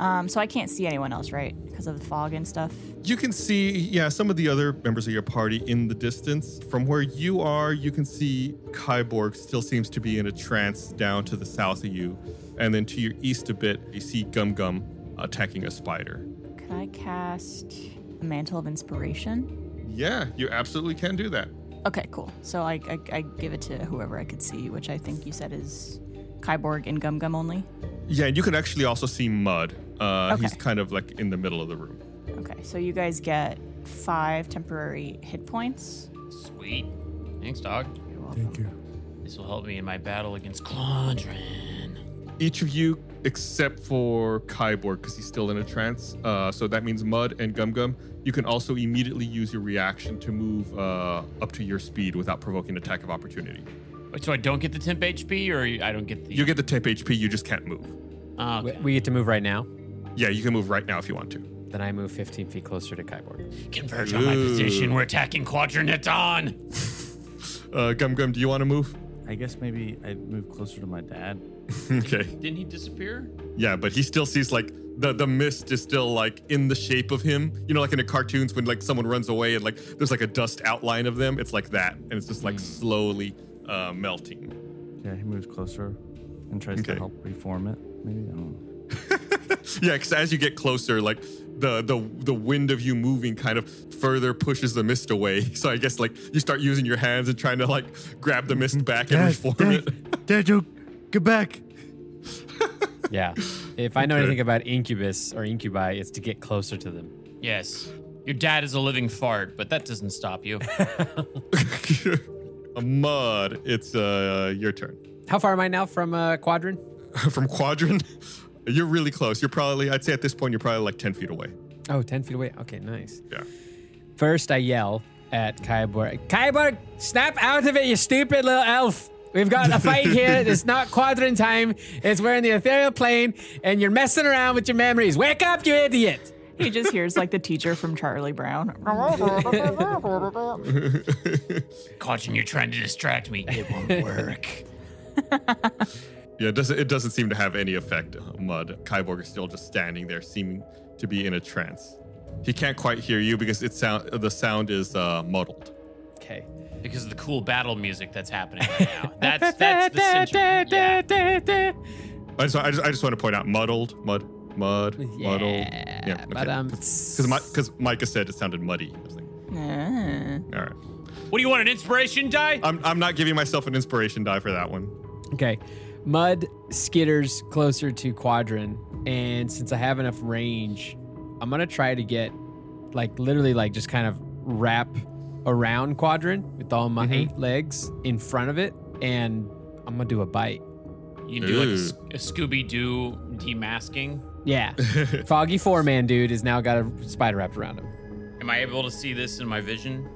Um, so I can't see anyone else, right? Because of the fog and stuff. You can see, yeah, some of the other members of your party in the distance. From where you are, you can see Kyborg still seems to be in a trance down to the south of you. And then to your east a bit, you see Gum Gum attacking a spider. Could I cast a mantle of inspiration? Yeah, you absolutely can do that. Okay, cool. So I, I, I give it to whoever I could see, which I think you said is Kyborg and Gum Gum only. Yeah, and you can actually also see Mud. Uh, He's Okay. kind of like in the middle of the room. Okay, so you guys get five temporary hit points. Sweet. Thanks, dog. You're welcome. Thank you. This will help me in my battle against Claudrin. Each of you, except for Kyborg, because he's still in a trance. Uh, so that means Mud and Gum Gum. You can also immediately use your reaction to move uh, up to your speed without provoking attack of opportunity. Wait, so I don't get the temp HP, or you- I don't get the. You get the temp HP, you just can't move. Ah, We, okay. we get to move right now. Yeah, you can move right now if you want to. Then I move 15 feet closer to Kyborg. Converge on my Ooh. position. We're attacking Quadraneton. Uh, Gum Gum, do you want to move? I guess maybe I'd move closer to my dad. [laughs] okay. Didn't he disappear? Yeah, but he still sees like the the mist is still like in the shape of him. You know, like in the cartoons when like someone runs away and like there's like a dust outline of them. It's like that, and it's just like slowly uh, melting. Yeah, he moves closer and tries Okay. to help reform it. Maybe I don't know. yeah, because as you get closer, like the the the wind of you moving kind of further pushes the mist away. [laughs] So I guess like you start using your hands and trying to like grab the mist back and Dad, reform Dad, [laughs] it. Dad, you get back. [laughs] Yeah. If I know anything about incubus or incubi, it's to get closer to them. Yes. Your dad is a living fart, but that doesn't [laughs] stop you. Mud, it's uh your turn. [laughs] How far am I now from uh, Quadrin? From Quadrant, [laughs] you're really close. You're probably I'd say at this point you're probably like ten feet away. Oh, 10 feet away. Okay, nice. Yeah. First, I yell at Kyborg. Kyborg, snap out of it, you stupid little elf. We've got a fight [laughs] here. It's not quadrant time. It's we're in the ethereal plane, and you're messing around with your memories. Wake up, you idiot! He just hears like the teacher from Charlie Brown. [laughs] Quadrin, you're trying to distract me. It won't work. Yeah, it doesn't it doesn't seem to have any effect. Mud Kyborg is still just standing there, seeming to be in a trance. He can't quite hear you because it sound the sound is uh, muddled. Okay. because of the cool battle music that's happening right now. That's that's the century. Yeah. I just, I just I just want to point out muddled mud mud muddled. Yeah, but, um, because because Micah said it sounded muddy. I was like, Ah. All right, What do you want? An inspiration die? I'm I'm not giving myself an inspiration die for that one. Okay. Mud skitters closer to Quadrin, and since I have enough range, I'm gonna try to get, like, literally, like, just kind of wrap around Quadrin with all my eight legs in front of it, and I'm gonna do a bite. You can do like a s- a, Scooby Doo demasking. Yeah, Foggy Four Man dude has now got a spider wrapped around him. Am I able to see this in my vision?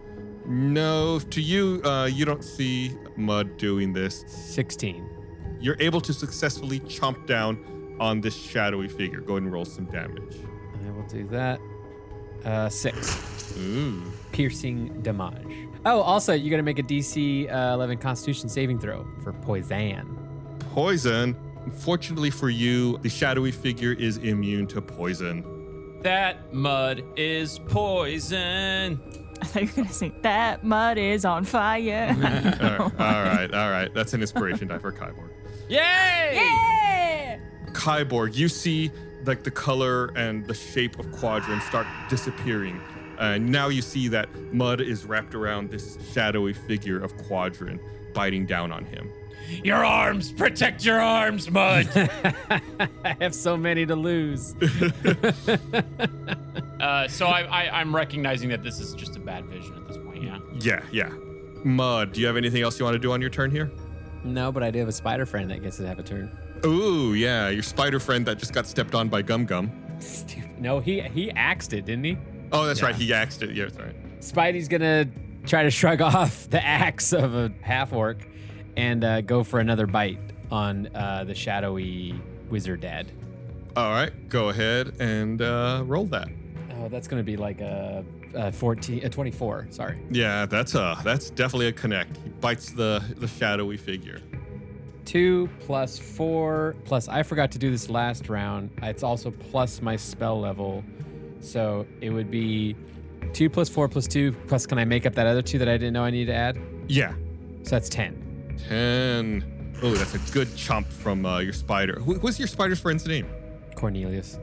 No, to you, uh, you don't see Mud doing this. Sixteen. You're able to successfully chomp down on this shadowy figure. Go ahead and roll some damage. I will do that. Uh, six Ooh. piercing damage. Oh, also, you gotta make a DC uh, 11 Constitution saving throw for poison. Poison. Unfortunately for you, the shadowy figure is immune to poison. That mud is poison. I thought you were gonna say that mud is on fire. all right, all right, all right. That's an inspiration die for Kyborg. Yay! yeah! Kyborg, you see like the color and the shape of Quadrant start disappearing. And now you see that mud is wrapped around this shadowy figure of Quadrant. biting down on him. Your arms, protect your arms, Mud. [laughs] I have so many to lose. [laughs] uh, so I, I, I'm recognizing that this is just a bad vision at this point. Yeah. Yeah, yeah. Mud, do you have anything else you want to do on your turn here? no, but I do have a spider friend that gets to have a turn. Ooh, yeah, your spider friend that just got stepped on by Gum Gum. Stupid. No, he he axed it, didn't he? Oh, that's right, he axed it. Yeah, that's right. Spidey's gonna try to shrug [laughs] off the axe of a half orc and uh, go for another bite on uh, the shadowy wizard dad. All right, go ahead and uh, roll that. Oh, that's gonna be like a, a fourteen, a twenty-four. Sorry. Yeah, that's a that's definitely a connect. He bites the the shadowy figure. Two plus four plus I forgot to do this last round. It's also plus my spell level, so it would be two plus four plus two plus. Can I make up that other two that I didn't know I needed to add? Yeah, So that's ten. ten. Oh, that's a good chomp from uh, your spider. Who, what's your spider friend's name? Cornelius.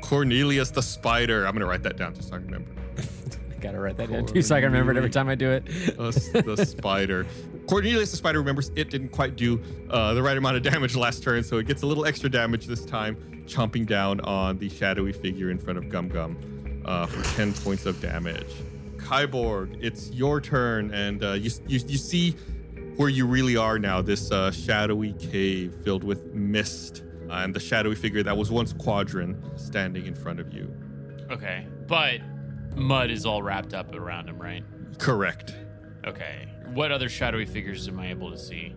Cornelius the spider. I'm gonna write that down just so I can remember. I gotta write that down too, so I can remember it every time I do [laughs] it. Uh, s- the [laughs] spider. Cornelius the spider remembers it didn't quite do uh, the right amount of damage last turn, so it gets a little extra damage this time, chomping down on the shadowy figure in front of Gum Gum uh, for 10 points of damage. Kyborg, it's your turn, and uh, you, s- you, you see where you really are now this uh, shadowy cave filled with mist. uh, And the shadowy figure that was once Quadrin standing in front of you. Okay. But Mud is all wrapped up around him, right? Correct. Okay. What other shadowy figures am I able to see?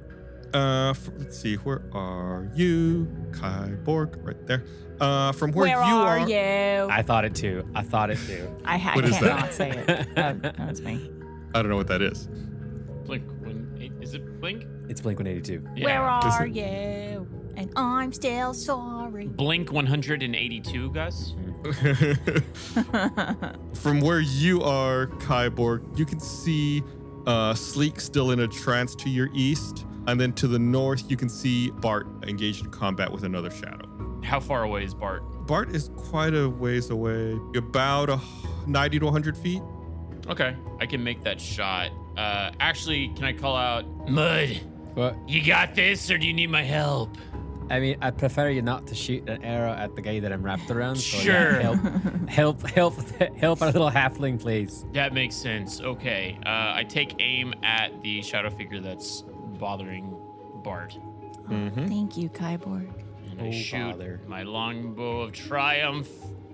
Uh, f- let's see. Where are you, Kyborg? Right there. Uh, from [laughs] [laughs] where, you are, are. you? I, I thought it too. I thought it too. I, ha- What is can't that? not say it. [laughs] Oh, that was me. I don't know what that is. [laughs] Blink one eight. Is it blink? It's Blink 182. Where Is are it- you? And I'm still sorry. Blink 182, Gus. from where you are, Kyborg, you can see uh, Sleek still in a trance to your east, and then to the north, you can see Bart engaged in combat with another shadow. How far away is Bart? Bart is quite a ways away, about a h- 90 to 100 feet. Okay. I can make that shot. Uh, actually, can I call out Mud? Well, You got this, or do you need my help? I mean, I prefer you not to shoot an arrow at the guy that I'm wrapped around. So yeah, Sure. help, help, help, help our little halfling, please. That makes sense. Okay. Uh, I take aim at the shadow figure that's bothering Bart. Mm-hmm. Thank you, Kyborg. And I Oh, shoot bother. my longbow of triumph.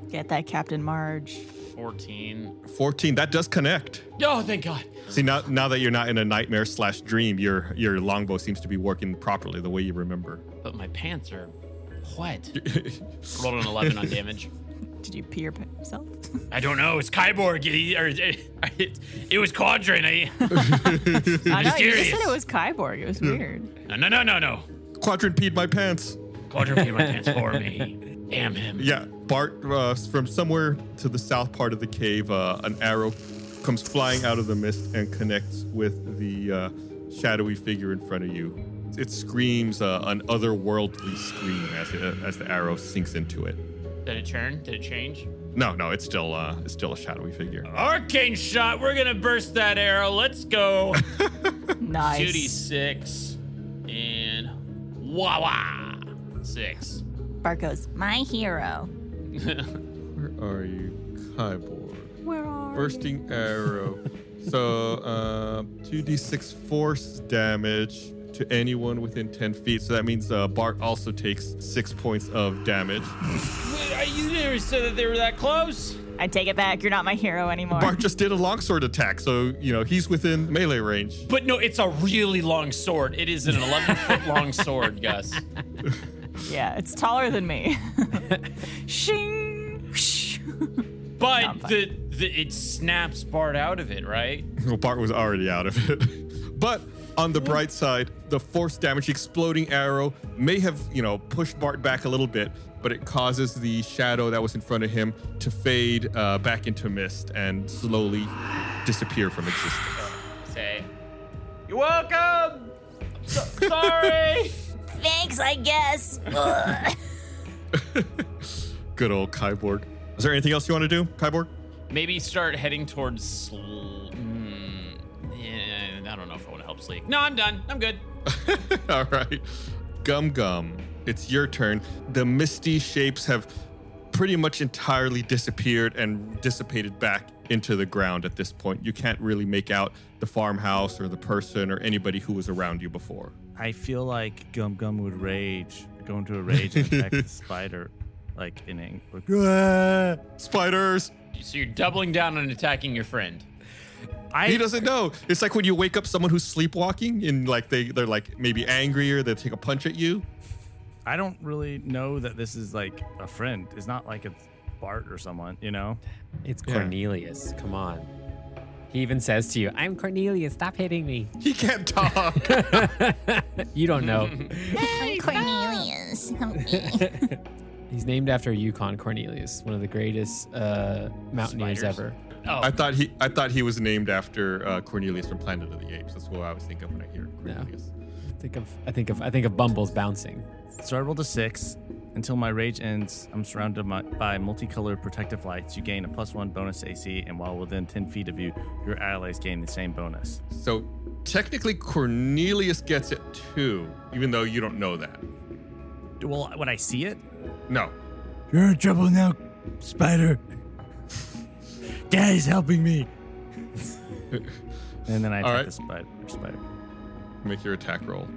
Get that Captain Marge. 14. 14. That does connect. Oh, thank God. See now, now that you're not in a nightmare slash dream, your your longbow seems to be working properly the way you remember. But my pants are [laughs] wet. Rolled an 11 on damage. Did you pee your p- yourself? I don't know. It's Kyborg. He- or, [laughs] it, it was Quadrant. I, I know, you just Mysterious. said it was Kyborg. It was weird. no, no, no, no, no. Quadrant peed my pants. Quadrant made my pants for me. Damn him. Yeah, Bart, uh, from somewhere to the south part of the cave, uh, an arrow comes flying out of the mist and connects with the uh, shadowy figure in front of you. It screams uh, an otherworldly scream as, it, as the arrow sinks into it. Did it turn? Did it change? No, no, it's still uh, it's still a shadowy figure. Arcane shot. We're going to burst that arrow. Let's go. Nice. 2d6 and wah wah. Six. Bart goes, [laughs] my hero. Where are you, Kyborg? Where are Bursting arrow. [laughs] so uh, 2d6 force damage to anyone within 10 feet. So that means uh, Bart also takes six points of damage. Wait, are you never said that they were that close? you? I take it back. You're not my hero anymore. Bart just did a longsword attack, so you know he's within melee range. But no, it's a really long sword. It is an 11 foot long sword, Gus. Yeah, it's taller than [laughs] me. Shing. Whoosh. But the, the it snaps Bart out of it, right? [laughs] Well, Bart was already out of it. [laughs] but on the bright side, the force damage exploding arrow may have you know pushed Bart back a little bit, but it causes the shadow that was in front of him to fade uh, back into mist and slowly disappear from existence. Say, you're welcome. So- [laughs] sorry. Thanks, I guess. Ugh. Good old Kyborg. Is there anything else you want to do, Kyborg? Maybe start heading towards. Sl- mm, yeah, I don't don't know if I want to help Sleek. No, I'm done. I'm good. All right. Gum Gum, it's your turn. The misty shapes have pretty much entirely disappeared and dissipated back into the ground at this point. You can't really make out the farmhouse or the person or anybody who was around you before. I feel like Gum Gum would rage, go into a rage and [laughs] attack the spider, like in anger. Like, "Ah!" Spiders! So you're doubling down on attacking your friend. He I doesn't know. It's like when you wake up someone who's sleepwalking and like they, they're like maybe angry or they take a punch at you. I don't really know that this is like a friend. It's not like it's Bart or someone, you know. It's Yeah. Cornelius. Come on. He even says to you, I'm Cornelius. Stop hitting me. He can't [laughs] talk. you don't know. I'm Cornelius. Help me. He's named after Yukon Cornelius, one of the greatest uh, mountaineers Spiders. ever. Oh, I thought he I thought he was named after uh, Cornelius from Planet of the Apes. That's what I always think of when I hear Cornelius. Think of I think of I think of Bumbles bouncing. So I rolled a six. Until my rage ends, I'm surrounded by- by multicolored protective lights. You gain a plus one bonus AC, and while within 10 feet of you, your allies gain the same bonus. So technically Cornelius gets it too, even though you don't know that. Well, when I see it, No. You're in trouble now, spider. Daddy's helping me. and then I All attack right. the spider. spider. Make your attack roll.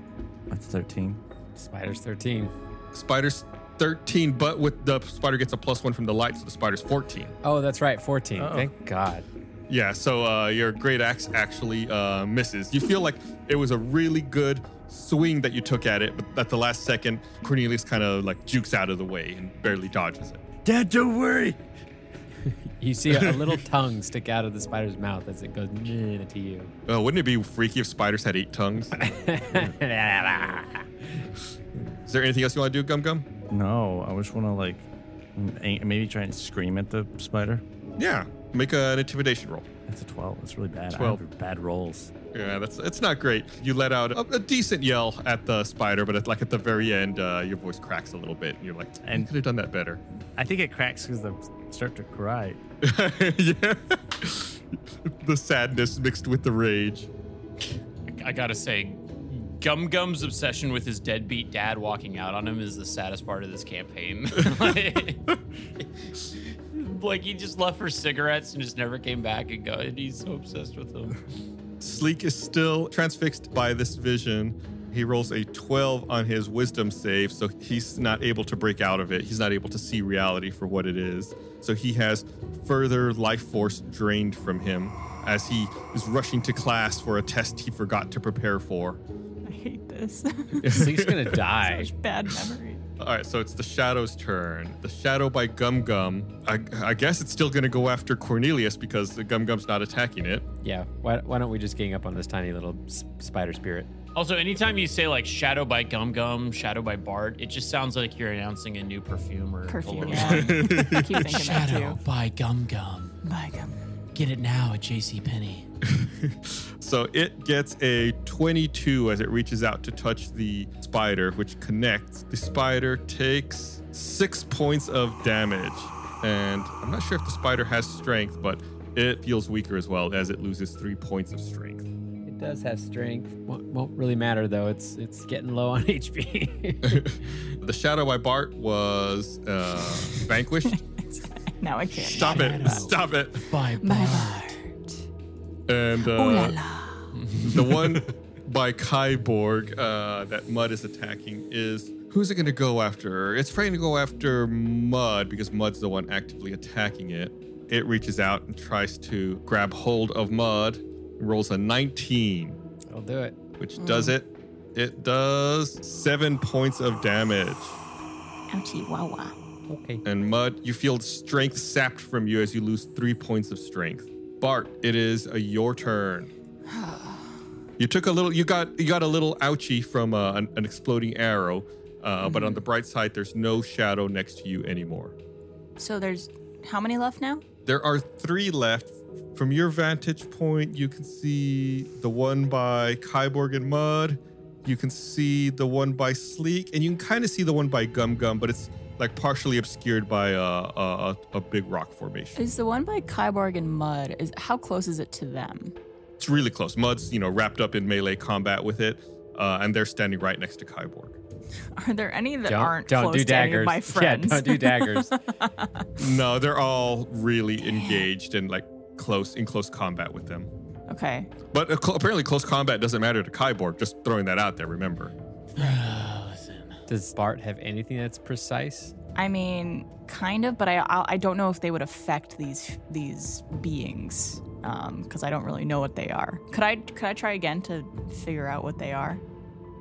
That's 13. Spider's 13. Spider's 13, but with the spider gets a plus one from the light, so the spider's 14. Oh, that's right, 14. Thank God. Yeah, so uh, your great axe actually uh, misses. You feel like it was a really good swing that you took at it, but at the last second, Cornelius kind of like jukes out of the way and barely dodges it. Dad, don't worry. You see a, a little tongue stick out of the spider's mouth as it goes "Nyeh" to you. Oh, wouldn't it be freaky if spiders had eight tongues? Is there anything else you want to do, Gum Gum? No, I just want to, like, m- a- maybe try and scream at the spider. Yeah. Make an intimidation roll. That's a 12. That's really bad. 12. I have bad rolls. Yeah, that's it's not great. You let out a, a decent yell at the spider, but at, like at the very end, uh, your voice cracks a little bit, and you're like, "I And- could have done that better." [laughs] I think it cracks because I start to cry. yeah. [laughs] the sadness mixed with the rage. I gotta say, Gum Gum's obsession with his deadbeat dad walking out on him is the saddest part of this campaign. [laughs] like he just left for cigarettes and just never came back and go. And he's so obsessed with them. Sleek is still transfixed by this vision. He rolls a 12 on his wisdom save, so he's not able to break out of it. He's not able to see reality for what it is. So he has further life force drained from him as he is rushing to class for a test he forgot to prepare for. I hate this. [laughs] Sleek's gonna die. Such bad memory. All right, so it's the Shadow's turn. The Shadow by Gum Gum. I, I guess it's still going to go after Cornelius because the Gum Gum's not attacking it. Yeah. Why, why don't we just gang up on this tiny little s- spider spirit? Also, anytime you say like "Shadow by Gum Gum," "Shadow by Bart," it just sounds like you're announcing a new perfume or Perfume. Oh. cologne. [laughs] Yeah. [laughs] I keep thinking Shadow that by Gum Gum. too. By gum. Get it now at J.C. Penney. So it gets a 22 as it reaches out to touch the spider, which connects. The spider takes six points of damage. And I'm not sure if the spider has strength, but it feels weaker as well as it loses three points of strength. It does have strength. Won't, won't really matter though. It's it's getting low on [laughs] HP. The shadow by Bart was uh, vanquished. Now I can't. Stop it. Stop it. By By Bart. Bart. And Ooh la uh, la. the one by Kyborg uh, that Mud is attacking is who's it going to go after? It's trying to go after Mud because Mud's the one actively attacking it. It reaches out and tries to grab hold of Mud, rolls a 19, I'll do it. which Mm. does it. It does seven points of damage. Ouchie wah wah. Okay. And Mud, you feel strength sapped from you as you lose three points of strength. Bart, it is uh, your turn. You took a little. You got you got a little ouchie from uh, an, an exploding arrow, uh, but on the bright side, there's no shadow next to you anymore. So there's how many left now? There are three left. From your vantage point, you can see the one by Kyborg and Mud. You can see the one by Sleek, and you can kind of see the one by Gum Gum, but it's like partially obscured by a, a, a big rock formation. Is the one by Kyborg and Mud? Is how close is it to them? It's really close. Mud's, you know, wrapped up in melee combat with it, uh, and they're standing right next to Kyborg. Are there any that Don't, aren't don't close do to any of daggers. my friends? [laughs] Yeah, [laughs] don't do daggers. No, they're all really engaged and like close in close combat with them. okay. But uh, cl- apparently, close combat doesn't matter to Kyborg. Just throwing that out there. Remember, Listen. Does Bart have anything that's precise? I mean, kind of, but I I I don't know if they would affect these these beings because I don't really know what they are. Could I could I try again to figure out what they are?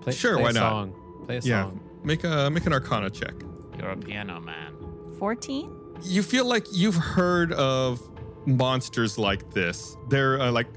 Play, Sure, play why a not? Song. Play a Yeah. song. [laughs] make a make an Arcana check. You're a piano man. Fourteen. You feel like you've heard of monsters like this. They're uh, like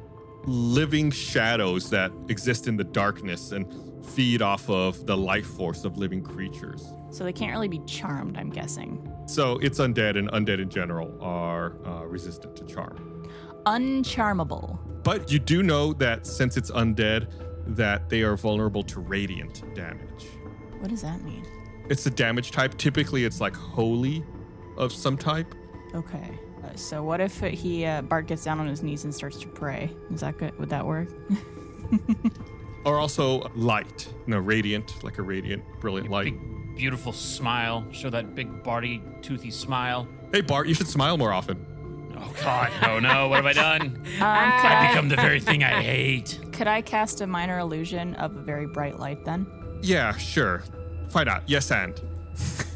living shadows that exist in the darkness and feed off of the life force of living creatures. So they can't really be charmed. I'm guessing. So it's undead, and undead in general are uh, resistant to charm. Uncharmable. But you do know that since it's undead, that they are vulnerable to radiant damage. What does that mean? It's a damage type. Typically, it's like holy of some type. Okay. Uh, so what if he uh, Bart gets down on his knees and starts to pray? Is that good? Would that work? Or also light. No, radiant, like a radiant, brilliant light. Big, beautiful smile. Show that big, barty, toothy smile. Hey, Bart, you should smile more often. Oh, God. Oh, no. What have [laughs] I done? Um, could, I I, become the very thing I hate. could I cast a minor illusion of a very bright light then? Yeah, sure. Why not? Yes, and.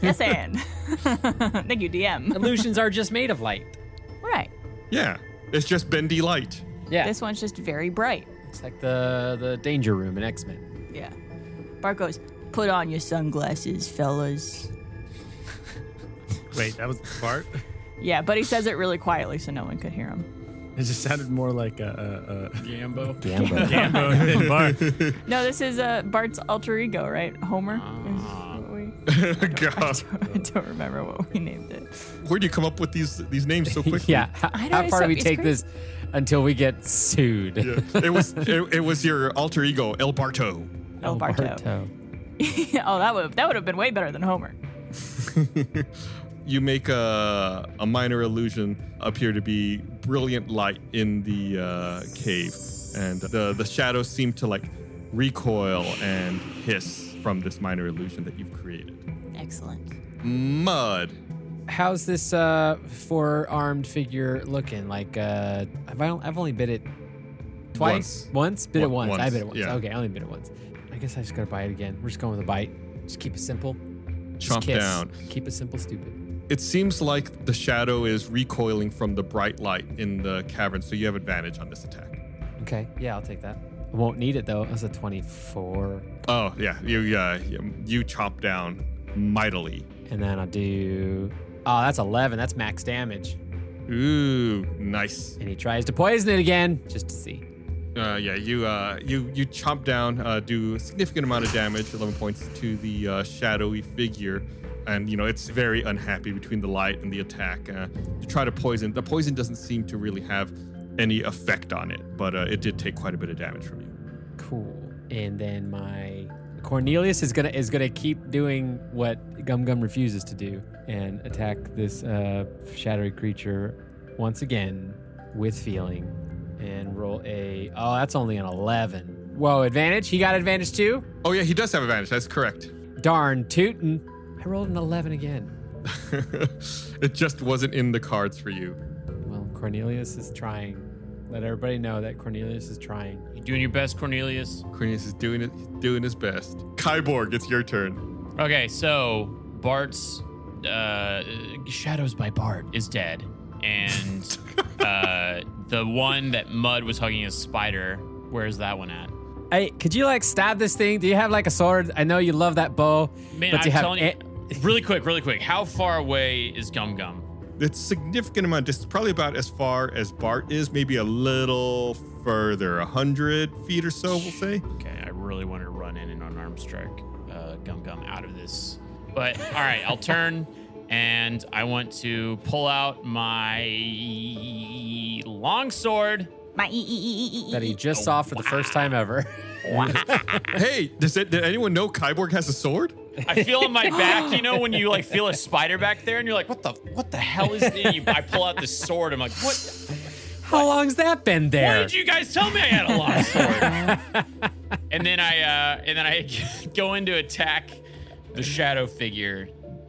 Yes, and [laughs] thank you, DM. Illusions are just made of light. Right. Yeah, it's just bendy light. [laughs] Yeah. This one's just very bright. it's like the, the danger room in X Men. Yeah. Bart goes, put on your sunglasses, fellas. Wait, that was Bart. Yeah, but he says it really quietly so no one could hear him. [laughs] It just sounded more like a, a, Gambo. [laughs] Gambo. a Gambo than Bart. No, this is uh, Bart's alter ego, right? Homer? Is Ah. what we, God, [laughs] I don't remember what we named it. where do you come up with these these names so quickly? [laughs] yeah. How, I know, how it's far so- do we it's take crazy. this until we get sued? Yeah. It was it, it was your alter ego, El Barto. El Barto. [laughs] oh, that would that would have been way better than Homer. you make a, a minor illusion appear to be brilliant light in the uh, cave, and the, the shadows seem to like recoil and hiss from this minor illusion that you've created. Excellent. Mud. How's this uh, four-armed figure looking? Like, uh, I've, I've only bit it twice. Once. Bit it Once- once. I bit it once, once. yeah. Okay, I only bit it once. I guess I just gotta buy it again. We're just going with a bite. Just keep it simple. Just Chomp kiss. down. Keep it simple, stupid. It seems like the shadow is recoiling from the bright light in the cavern, so you have advantage on this attack. Okay, yeah, I'll take that. I won't need it though. That's a 24. Oh yeah, you uh, you chomp down mightily. And then I'll do. Oh, that's 11. That's max damage. Ooh, nice. And he tries to poison it again just to see. Uh, yeah, you uh, you you chomp down, uh, do a significant amount of damage, 11 points to the uh, shadowy figure, and you know it's very unhappy between the light and the attack. Uh, you try to poison. The poison doesn't seem to really have any effect on it, but uh, it did take quite a bit of damage from you. Cool. And then my Cornelius is gonna is gonna keep doing what Gum Gum refuses to do and attack this uh, shadowy creature once again with feeling and roll a oh that's only an eleven. Whoa, advantage. He got advantage too. Oh yeah, he does have advantage. That's correct. [laughs] Darn tootin'. I rolled an eleven again. it just wasn't in the cards for you. Well, Cornelius is trying. Let everybody know that Cornelius is trying. You doing your best, Cornelius? Cornelius is doing it, doing his best. Kyborg, it's your turn. Okay, so Bart's uh, Shadows by Bart is dead, and uh, the one that Mud was hugging is Spider. Where's that one at? Hey, could you like stab this thing? Do you have like a sword? I know you love that bow. Man, but do I'm you have telling you, a- really quick, really quick. How far away is Gum Gum? It's significant amount. It's probably about as far as Bart is, maybe a little further, a hundred feet or so, we'll say. Okay, I really wanted to run in and unarmed strike uh, Gum Gum out of this, but all right, I'll [laughs] turn and I want to pull out my long sword. My e e e that he e e. just saw for the first time ever. [laughs] Hey, does it, did anyone know Kyborg has a sword? I feel in my back, you know, when you like feel a spider back there, and you're like, "What the, what the hell is it?" You, I pull out this sword. I'm like, "What? How long's that been Why there? did you guys tell me I had a long sword? and then I uh, and then I [laughs] go in to attack the shadow figure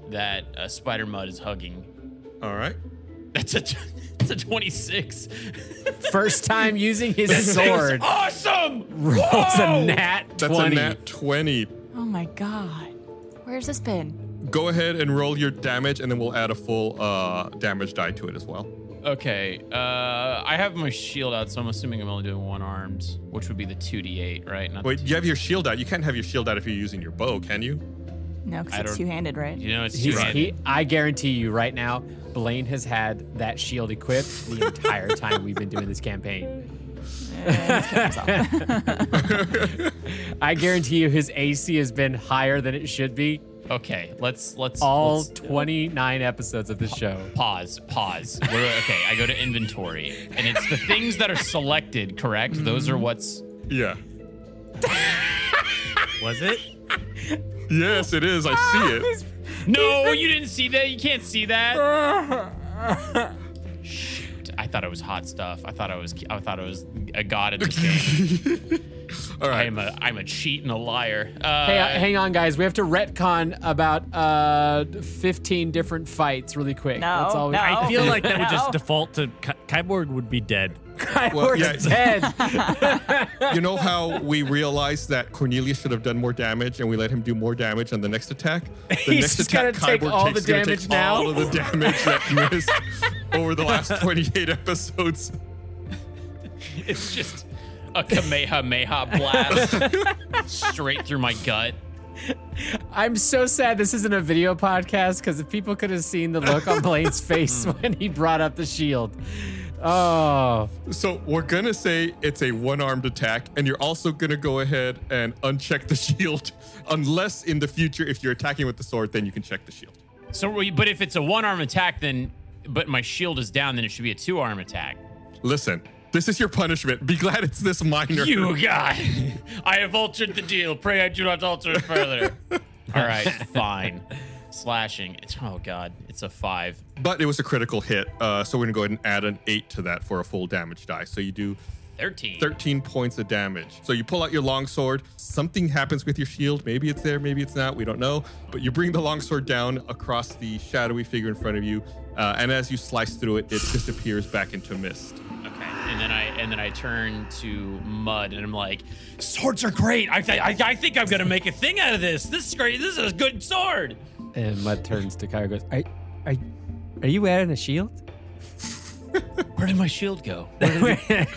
that uh, Spider Mud is hugging. All right. That's a t- that's a twenty six. First time using his sword. awesome. Rolls a Whoa! nat That's 20. a nat 20. Oh my god. Where's this been? Go ahead and roll your damage, and then we'll add a full uh, damage die to it as well. Okay, uh, I have my shield out, so I'm assuming I'm only doing one armed, which would be the two d eight, right? Not the Wait, two- you have your shield out. You can't have your shield out if you're using your bow, can you? No, because I it's don't- two handed, right? you know it's two He's, right. he, I guarantee you right now, Blaine has had that shield equipped the [laughs] entire time we've been doing this campaign. [laughs] I guarantee you his AC has been higher than it should be Okay, let's let's all let's 29 episodes of this show. pause pause. What do I- okay, I go to inventory, and it's the things that are selected. Correct? Those are what's Yeah. Was it? Yes, it is. I Ah, see it. No, you didn't see that. You can't see that. Shoot! I thought it was hot stuff. I thought I was. I thought I was a god [laughs] at this game. All right. I'm a. I'm a cheat and a liar. Uh, Hey, uh, hang on, guys. We have to retcon about uh, 15 different fights really quick. No, That's all we no. I feel Oh, like that would no. just default to Ky- Kyborg would be dead. [laughs] We're yeah. dead. you know how we realized that Cornelius should have done more damage and we let him do more damage on the next attack? The [laughs] He's next just gonna Kyborg take all takes- the gonna damage take now. All of the damage that [laughs] missed over the last 28 episodes. It's just a kamehameha blast [laughs] straight through my gut. I'm so sad this isn't a video podcast because if people could have seen the look on [laughs] Blaine's face when he brought up the shield. Oh, So we're going to say it's a one armed attack, and you're also going to go ahead and uncheck the shield. [laughs] Unless in the future, if you're attacking with the sword, then you can check the shield. So, we, but if it's a one arm attack, then but my shield is down, then it should be a two arm attack. Listen, this is your punishment. Be glad it's this minor. You God, [laughs] I have altered the deal. Pray I do not alter it further. All right, fine. Slashing. It's, oh God, it's a five. But it was a critical hit, uh, so we're gonna go ahead and add an eight to that for a full damage die. So you do 13. 13 points of damage. So you pull out your longsword. Something happens with your shield. Maybe it's there, maybe it's not. We don't know. But you bring the longsword down across the shadowy figure in front of you, uh, and as you slice through it, it disappears back into mist. Okay. And then I and then I turn to Mud and I'm like, swords are great. I, th- I I think I'm gonna make a thing out of this. This is great. This is a good sword. and Mud turns to Kyra and goes, are, are, are you wearing a shield? Where did my shield go?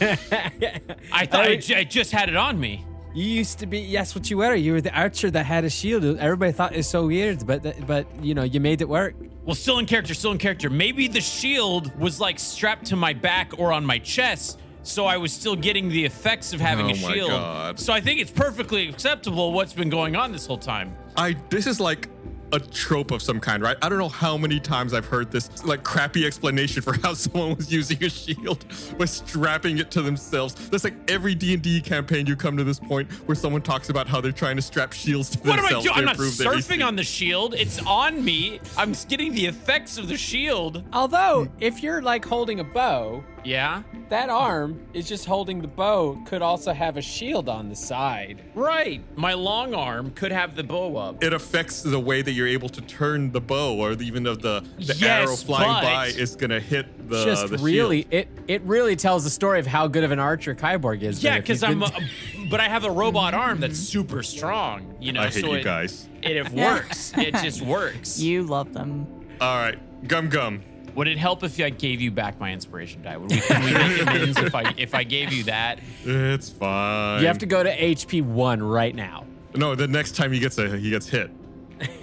I thought I, ju- I just had it on me. You used to be, yes, what you were. You were the archer that had a shield. Everybody thought it was so weird, but, th- but you know, you made it work. Well, still in character, still in character. Maybe the shield was like strapped to my back or on my chest, so I was still getting the effects of having Oh a my shield. God. So I think it's perfectly acceptable what's been going on this whole time. I this is like a trope of some kind, right? I don't know how many times I've heard this like crappy explanation for how [laughs] someone was using a shield was strapping it to themselves. That's like every D&D campaign you come to this point where someone talks about how they're trying to strap shields to What am I themselves doing? I'm to not improve their AC. surfing on the shield. It's on me. I'm getting the effects of the shield. Although, if you're like holding a bow, Yeah. that arm is just holding the bow, could also have a shield on the side. Right. My long arm could have the bow up. it affects the way that you're able to turn the bow or the- even of the, the Yes, arrow flying but- by is going to hit the just the really shield. it it really tells the story of how good of an archer Kyborg is. Yeah, but if because you I'm, didn't- a- but I have a robot arm that's super strong. You know, I hate so you it, guys. It, it works. it [laughs] just works. You love them. All right, gum gum. Would it help if I gave you back my inspiration die? Would we, can we make amends if I if I gave you that? It's fine. you have to go to HP one right now. No, the next time he gets a he gets hit.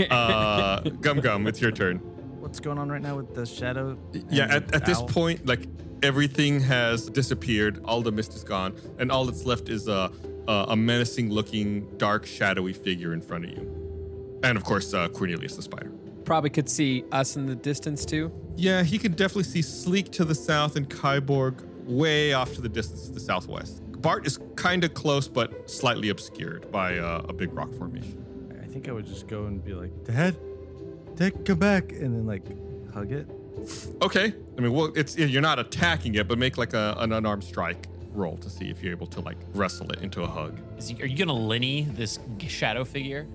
Uh, gum gum, it's your turn. What's going on right now with the shadow? and Yeah, the at, at this owl? point, like everything has disappeared, all the mist is gone, and all that's left is a a, a menacing looking, dark, shadowy figure in front of you, and of course uh, Cornelius the spider. Probably could see us in the distance too. Yeah, he can definitely see Sleek to the south and Kyborg way off to the distance to the southwest. Bart is kind of close, but slightly obscured by uh, a big rock formation. I think I would just go and be like, Dad, Dad, come back, and then like hug it. Okay. I mean, well, it's you're not attacking it, but make like a, an unarmed strike roll to see if you're able to like wrestle it into a hug. [laughs] Is he, are you gonna Lenny this g- shadow figure?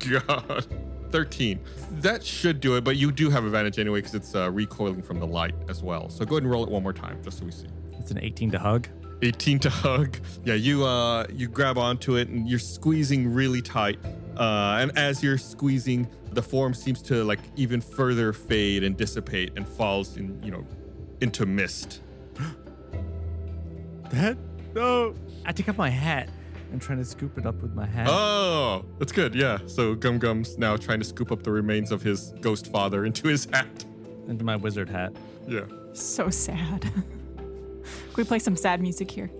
God. 13. That should do it, but you do have advantage anyway because it's uh, recoiling from the light as well. So go ahead and roll it one more time just so we see. It's an 18 to hug. 18 to hug. Yeah, you uh you grab onto it and you're squeezing really tight. Uh, and as you're squeezing, the form seems to like even further fade and dissipate and falls in, you know, into mist. That? No. I take off my hat. I'm trying to scoop it up with my hat. Oh, that's good. Yeah. So Gum Gum's now trying to scoop up the remains of his ghost father into his hat. Into my wizard hat. Yeah. So [laughs] sad. Can we play some sad music here?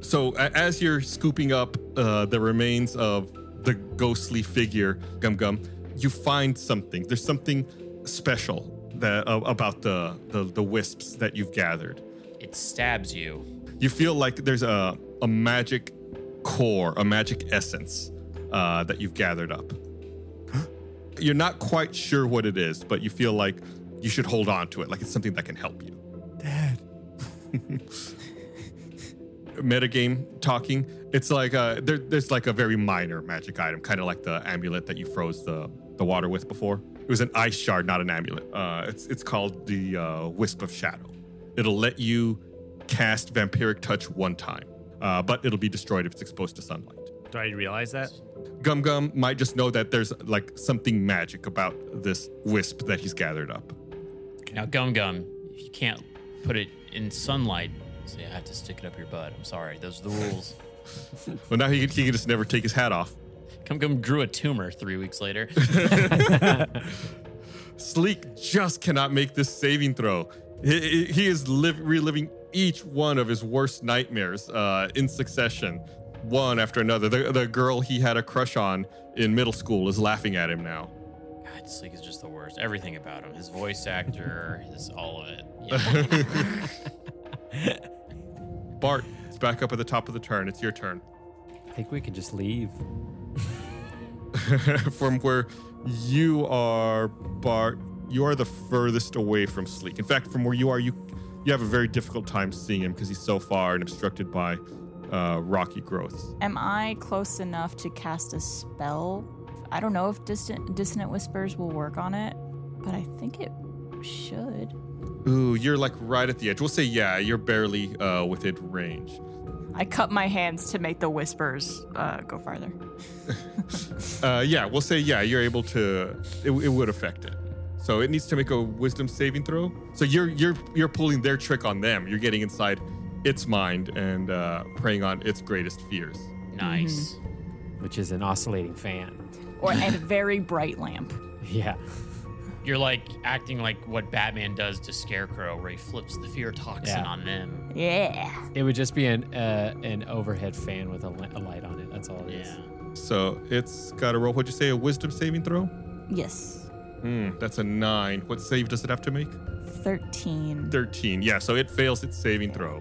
So a- as you're scooping up uh, the remains of the ghostly figure, Gum Gum, you find something. There's something special that uh, about the, the the wisps that you've gathered. It stabs you. You feel like there's a a magic core, a magic essence uh, that you've gathered up. You're not quite sure what it is, but you feel like you should hold on to it, like it's something that can help you. metagame talking, it's like uh, there, there's like a very minor magic item, kind of like the amulet that you froze the, the water with before. It was an ice shard, not an amulet. Uh, it's it's called the uh, Wisp of Shadow. It'll let you cast Vampiric Touch one time, uh, but it'll be destroyed if it's exposed to sunlight. Do I realize that? Gum Gum might just know that there's like something magic about this wisp that he's gathered up. Now, Gum Gum, if you can't put it in sunlight, so you have to stick it up your butt. I'm sorry. Those are the [laughs] rules. Well, now he can, he can just never take his hat off. Gum Gum grew a tumor three weeks later. Sleek just cannot make this saving throw. He, he- he is liv- reliving each one of his worst nightmares uh, in succession, one after another. The, the girl he had a crush on in middle school is laughing at him now. God, Sleek is just the worst. Everything about him. His voice actor, his all of it. [laughs] Yeah. Bart, it's back up at the top of the turn. It's your turn. [laughs] I think we can just leave. from where you are, Bart, you are the furthest away from Sleek. In fact, from where you are, you you have a very difficult time seeing him because he's so far and obstructed by uh, rocky growths. Am I close enough to cast a spell? I don't know if distant, dissonant whispers will work on it, but I think it should. Ooh, you're like right at the edge. We'll say yeah, you're barely uh, within range. I cut my hands to make the whispers uh, go farther. Uh, yeah, we'll say yeah, you're able to. It, it would affect it. So it needs to make a wisdom saving throw. So you're you're you're pulling their trick on them. You're getting inside its mind and uh, preying on its greatest fears. nice. Which is an oscillating fan. Or and a very bright lamp. [laughs] Yeah. You're like acting like what Batman does to Scarecrow, where he flips the fear toxin Yeah. on them. Yeah. It would just be an uh, an overhead fan with a, li- a light on it. That's all it is. Yeah. So it's got a roll. What'd you say? A wisdom saving throw? Yes. Hmm, that's a nine. What save does it have to make? 13. Thirteen. Yeah, so it fails its saving throw.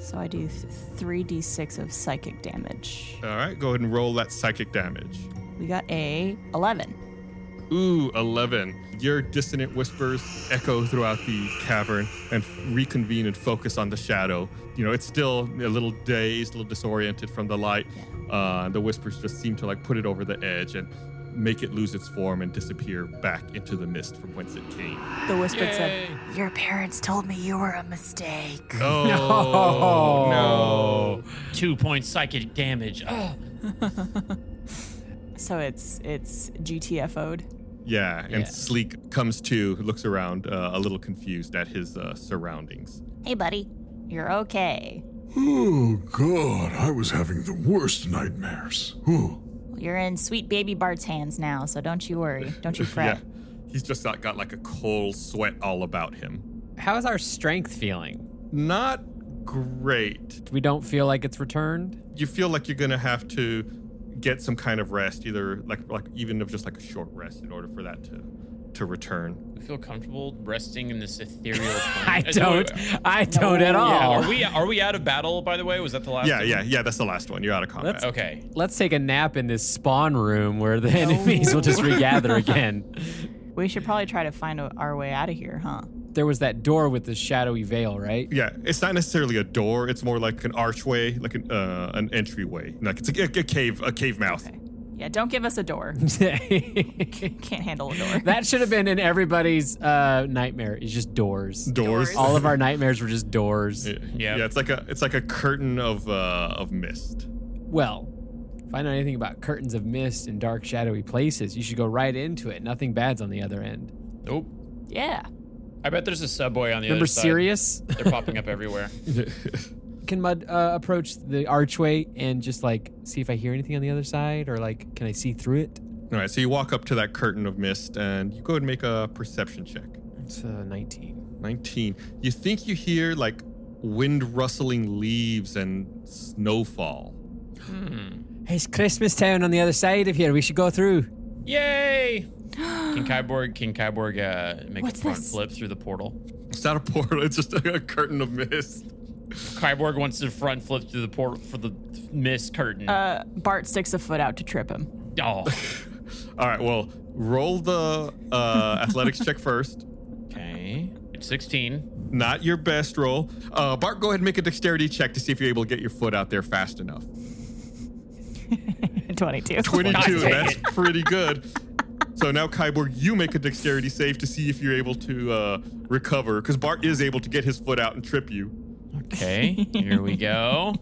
So I do th- 3d6 of psychic damage. All right, go ahead and roll that psychic damage. We got a 11. Ooh, 11. Your dissonant whispers echo throughout the cavern and reconvene and focus on the shadow. You know, it's still a little dazed, a little disoriented from the light. Uh, the whispers just seem to like put it over the edge and make it lose its form and disappear back into the mist from whence it came. The whisper said, Your parents told me you were a mistake. Oh, no. Two points psychic damage. Oh. so it's it's GTFO'd. Yeah, and Yeah. Sleek comes to, looks around uh, a little confused at his uh, surroundings. Hey, buddy. You're okay. Oh, God, I was having the worst nightmares. Ooh. You're in sweet baby Bart's hands now, so don't you worry. [laughs] Don't you fret. Yeah, he's just not got like a cold sweat all about him. How is our strength feeling? not great. We don't feel like it's returned. [laughs] You feel like you're gonna have to get some kind of rest, either like like even of just like a short rest in order for that to to return. We feel comfortable resting in this ethereal plane. I Uh, don't. I don't at all. Yeah, are we are we out of battle? By the way, was that the last? yeah, one? yeah, yeah. That's the last one. You're out of combat. [laughs] Let's- Okay. [laughs] Let's take a nap in this spawn room where the enemies will just regather again. We should probably try to find a, our way out of here, huh? There was that door with the shadowy veil, [laughs] right? Yeah, it's not necessarily a door. It's more like an archway, like an uh, an entryway. Like it's a, a, a cave, a cave mouth. Yeah, don't give us a [laughs] door. Can't handle a door. that should have been in everybody's uh, nightmare. Is just doors. Doors. All of our nightmares were just doors. Yeah, it's like a it's like a curtain of uh, of mist. Well, if I know anything about curtains of mist and dark, shadowy places, you should go right into it. Nothing bad's on the other end. Nope. yeah. I bet there's a subway on the Remember other side. Sirius? [laughs] They're popping up everywhere. Can Mud uh, approach the archway and just like see if I hear anything on the other side or like can I see through it? All right, so you walk up to that curtain of mist and you go and make a perception check. It's uh, 19. 19. You think you hear like wind rustling leaves and snowfall. Hey, it's Christmas Town on the other side of here. We should go through. Yay! King Kyborg, King Kyborg, uh, make What's a front this? flip through the portal. It's not a portal, it's just a, curtain of mist. Kyborg wants to front flip through the portal for the mist curtain. Uh, Bart sticks a foot out to trip him. oh, All right, well, roll the uh, athletics check first. okay. It's 16. Not your best roll. Uh, Bart, go ahead and make a dexterity check to see if you're able to get your foot out there fast enough. 22, 22. dang that's pretty good. So now, Kyborg, you make a dexterity save to see if you're able to uh, recover, because Bart is able to get his foot out and trip you. Okay, here we go.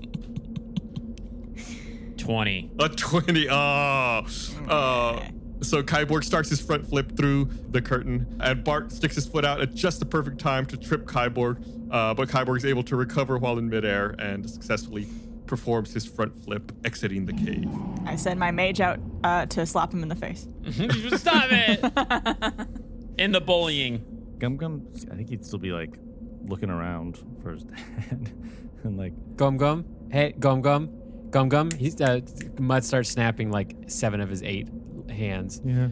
20. A 20. Oh. Uh, so Kyborg starts his front flip through the curtain, and Bart sticks his foot out at just the perfect time to trip Kyborg. Uh, but Kyborg is able to recover while in midair and successfully performs his front flip, exiting the cave. I send my mage out uh, to slap him in the face. [laughs] Stop it! In the bullying. Gum Gum, I think he'd still be like looking around for his [laughs] dad and like, Gum Gum. Hey, Gum Gum. Gum Gum. He's, uh, Mud starts snapping like seven of his eight hands. yeah.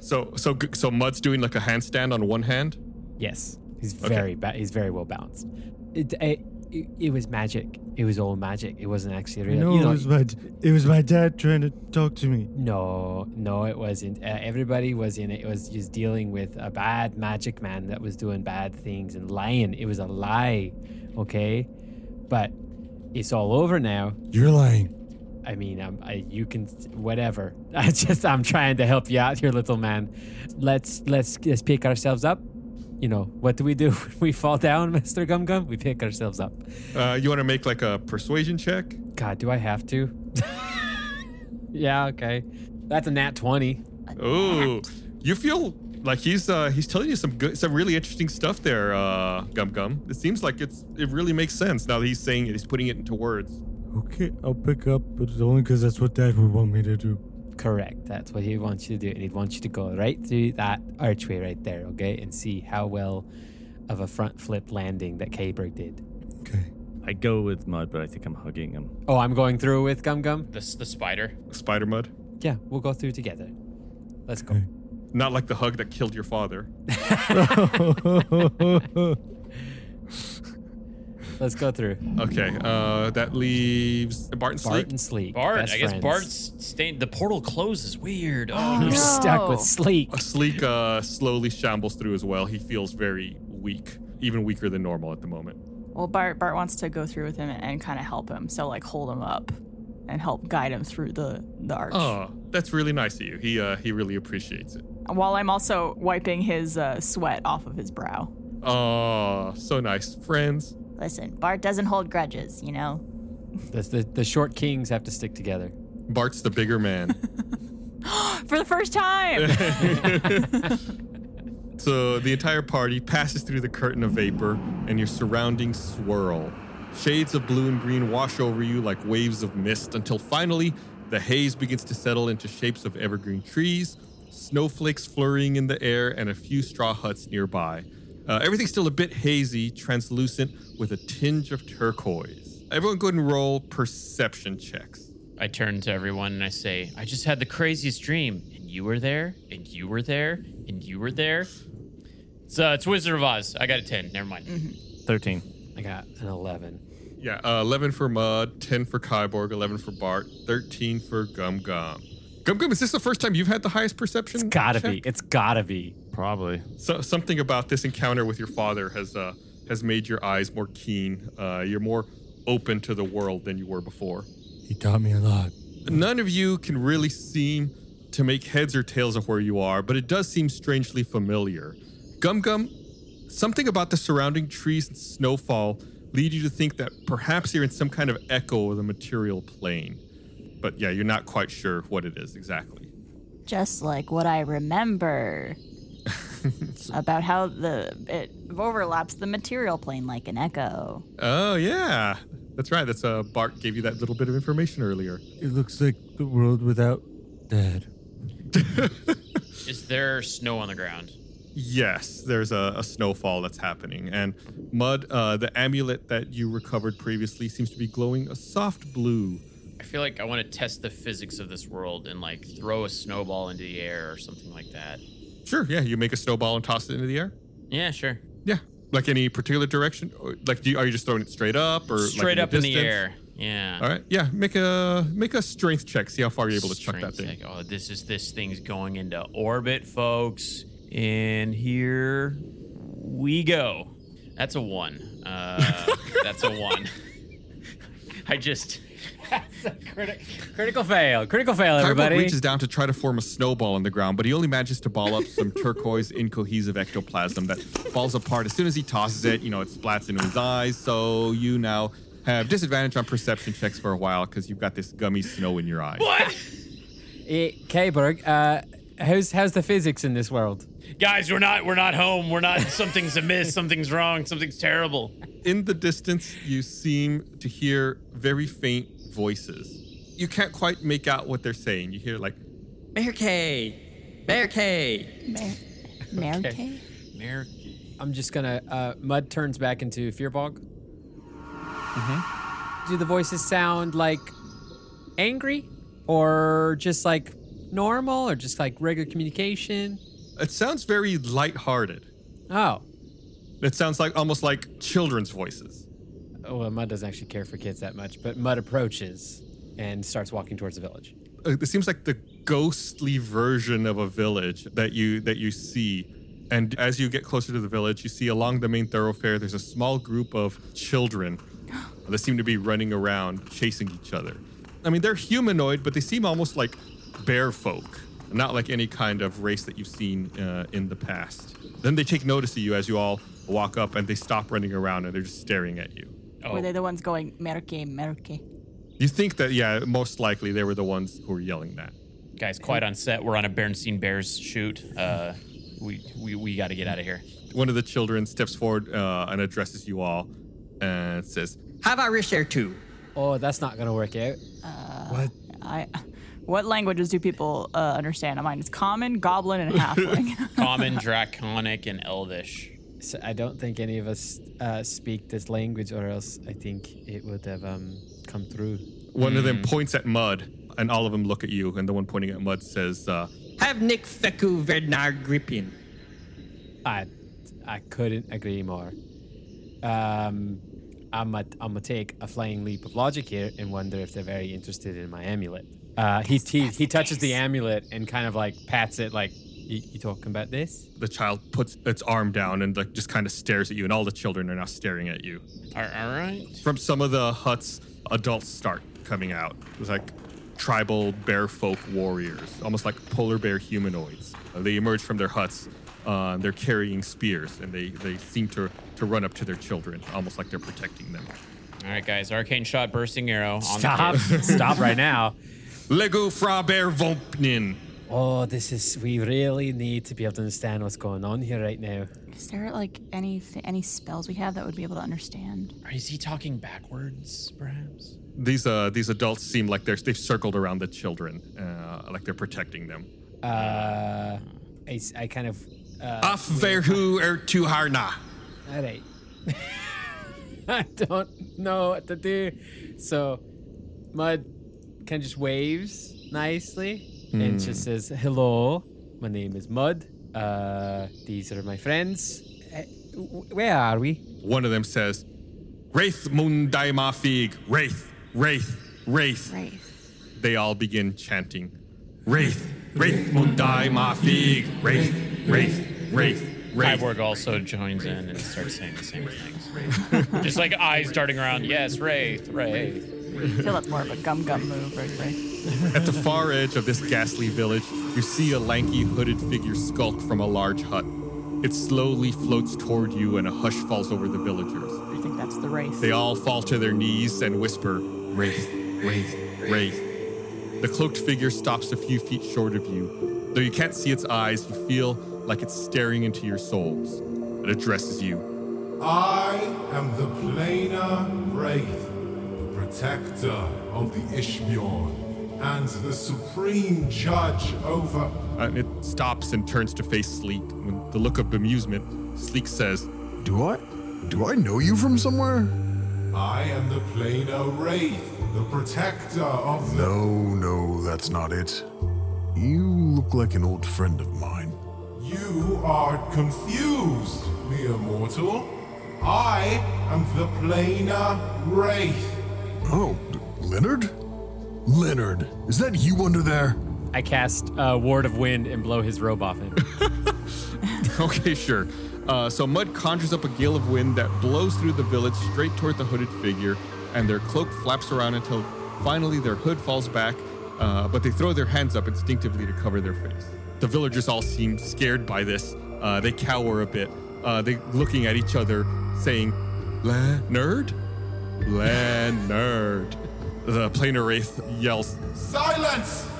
So so g- so Mud's doing like a handstand on one hand. Yes, he's very ba- he's very well balanced. It, it, it, it was magic. It was all magic. It wasn't actually real. No, you know, it was my d- it was my dad trying to talk to me. no, no, it wasn't. Uh, everybody was in it. It was just dealing with a bad magic man that was doing bad things and lying. It was a lie, okay? But it's all over now. You're lying. I mean, I'm, I, you can whatever. [laughs] I just I'm trying to help you out here, little man. Let's let's let's pick ourselves up. You know what do we do [laughs] when we fall down, Mister Gum Gum? We pick ourselves up. Uh, you want to make like a persuasion check? God, do I have to? [laughs] yeah, okay. That's a nat twenty. Ooh, you feel like he's uh, he's telling you some good, some really interesting stuff there, uh, Gum Gum. It seems like it's it really makes sense now that he's saying it. He's putting it into words. Okay, I'll pick up, but it's only because that's what dad would want me to do. Correct. That's what he wants you to do, and he wants you to go right through that archway right there, okay, and see how well of a front flip landing that Kaberg did. Okay. I go with Mud, but I think I'm hugging him. Oh, I'm going through with Gum Gum. The, the spider. Spider Mud. Yeah, we'll go through together. Let's go. Not like the hug that killed your father. Let's go through. Okay, uh, that leaves Barton Sleep. Bart and Sleep. Bart, best I guess friends. Bart's staying. The portal closes. [gasps] Weird. Oh, You're no. stuck with No. Sleep. Sleek uh, slowly shambles through as well. He feels very weak, even weaker than normal at the moment. Well, Bart Bart wants to go through with him and, and kind of help him. So like hold him up and help guide him through the the arch. Oh, that's really nice of you. He uh, he really appreciates it. While I'm also wiping his uh, sweat off of his brow. Oh, so nice, friends. Listen, Bart doesn't hold grudges, you know. The, the, the short kings have to stick together. Bart's the bigger man. For the [laughs] first time. so the entire party passes through the curtain of vapor, and your surroundings swirl. Shades of blue and green wash over you like waves of mist until finally the haze begins to settle into shapes of evergreen trees, snowflakes flurrying in the air, and a few straw huts nearby. Uh, everything's still a bit hazy, translucent, with a tinge of turquoise. Everyone go ahead and roll perception checks. I turn to everyone and I say, I just had the craziest dream. And you were there, and you were there, and you were there. It's, uh, it's Wizard of Oz. I got a 10. Never mind. 13. I got an 11. Yeah, uh, 11 for Mud, 10 for Kyborg, 11 for Bart, 13 for Gum Gum. Gum Gum, is this the first time you've had the highest perception? It's gotta check? be. It's gotta be. Probably. So, something about this encounter with your father has uh, has made your eyes more keen. Uh, you're more open to the world than you were before. He taught me a lot. None of you can really seem to make heads or tails of where you are, but it does seem strangely familiar. Gum Gum, something about the surrounding trees and snowfall lead you to think that perhaps you're in some kind of echo of the material plane. But yeah, you're not quite sure what it is exactly. just like what I remember about how the it overlaps the material plane like an echo. Oh yeah, that's right. That's uh, Bart gave you that little bit of information earlier. It looks like the world without Dad. Is there snow on the ground? Yes, there's a, a snowfall that's happening, and mud. Uh, the amulet that you recovered previously seems to be glowing a soft blue. I feel like I want to test the physics of this world and like throw a snowball into the air or something like that. Sure, yeah, you make a snowball and toss it into the air. Yeah, sure. Yeah, like any particular direction, Or, like do you, are you just throwing it straight up or like, Straight up in the distance? air. Yeah. All right, yeah, make a make a strength check. See how far you're able to chuck that Strength thing. check. Oh, this is this thing's going into orbit, folks. And here we go. That's a one. Uh, [laughs] that's a one. I just Critical fail. Critical fail, Kyber everybody. reaches down to try to form a snowball on the ground, but he only manages to ball up some turquoise incohesive ectoplasm that falls apart as soon as he tosses it. You know, it splats into his eyes, so you now have disadvantage on perception checks for a while because you've got this gummy snow in your eyes. Eh, Kayberg, uh, how's how's the physics in this world? guys, we're not we're not home. We're not something's amiss, something's wrong, something's terrible. In the distance, you seem to hear very faint voices. You can't quite make out what they're saying. You hear like, Mayor K. Mayor K. Mar- Mary Kay? I'm just gonna. Uh, Mud turns back into Fearbog. Mm-hmm. Do the voices sound like angry, or just like normal, or just like regular communication? it sounds very lighthearted. Oh, It sounds like almost like children's voices. oh well, Mud doesn't actually care for kids that much, but Mud approaches and starts walking towards the village. uh, it seems like the ghostly version of a village that you that you see and as you get closer to the village you see along the main thoroughfare there's a small group of children that seem to be running around chasing each other i mean they're humanoid but they seem almost like bear folk not like any kind of race that you've seen uh, in the past then they take notice of you as you all walk up and they stop running around and they're just staring at you Oh, Were they the ones going Merke, Merke? you think that yeah most likely they were the ones who were yelling that Guys, quiet on set. We're on a Bernstein Bears shoot. Uh, we we, we got to get out of here. one of the children steps forward uh, and addresses you all and says, Have I reached there too? Oh, that's not gonna work out. What? I. What languages do people uh, understand? Mine is common, goblin, and halfling. Common, [laughs] draconic, and elvish. So I don't think any of us uh, speak this language, or else I think it would have um, come through. One of them points at Mud, and all of them look at you. And the one pointing at Mud says, uh, Have Nick Feku Vernar Grippin. I, I couldn't agree more. Um, I'm a, I'm gonna take a flying leap of logic here and wonder if they're very interested in my amulet. Uh, he he, he touches the amulet and kind of like pats it, like you, you talking about this? The child puts its arm down and like just kind of stares at you, and all the children are now staring at you. All all right. From some of the huts, adults start coming out. It's like tribal bear folk warriors, almost like polar bear humanoids. Uh, They emerge from their huts. Uh, they're carrying spears, and they, they seem to, to run up to their children, almost like they're protecting them. All right, guys. Arcane shot, bursting arrow. On Stop! The [laughs] kid. Stop right now! Legu Fraber Vompnin. Oh, this is we really need to be able to understand what's going on here right now. Is there like any any spells we have that would be able to understand? [laughs] Is he talking backwards, perhaps? These uh, these adults seem like they're they've circled around the children, uh, like they're protecting them. Uh, I, s- I kind of uh, Af verhu er tu harna. all right. [laughs] I don't know what to do. So Mud kind of just waves nicely and just says, "Hello, my name is Mud. Uh, these are my friends. Uh, w- where are we? One of them says, "Wraith mundaima fig, wraith, wraith, wraith." Right. They all begin chanting, Wraith, Wraith won't die, my fig. Wraith, Wraith, Wraith, Wraith. Cyborg also joins in and starts saying the same things. Just like eyes darting around. Yes, Wraith, Wraith. I feel that's more of a gum gum move, right? right? At the far edge of this ghastly village, you see a lanky hooded figure skulk from a large hut. It slowly floats toward you, and a hush falls over the villagers. I think that's the race. They all fall to their knees and whisper, Wraith, Wraith, Wraith. The cloaked figure stops a few feet short of you. Though you can't see its eyes, you feel like it's staring into your souls. It addresses you. I am the planar Wraith, protector of the Ishbjorn, and the supreme judge over And it stops and turns to face Sleek. With the look of bemusement, Sleek says, Do I? Do I know you from somewhere? I am the planar Wraith, the protector of the No, no, that's not it. You look like an old friend of mine. You are confused, mere mortal. I am the planar Wraith. Oh, Leonard? Leonard, is that you under there? I cast uh, Ward of Wind and blow his robe off him. [laughs] Okay, sure. Uh, so Mud conjures up a gale of wind that blows through the village straight toward the hooded figure, and their cloak flaps around until finally their hood falls back, uh, but they throw their hands up instinctively to cover their face. The villagers all seem scared by this. Uh, they cower a bit. Uh, they looking at each other, saying, "Leonard, Leonard." [laughs] The planar wraith yells, Silence!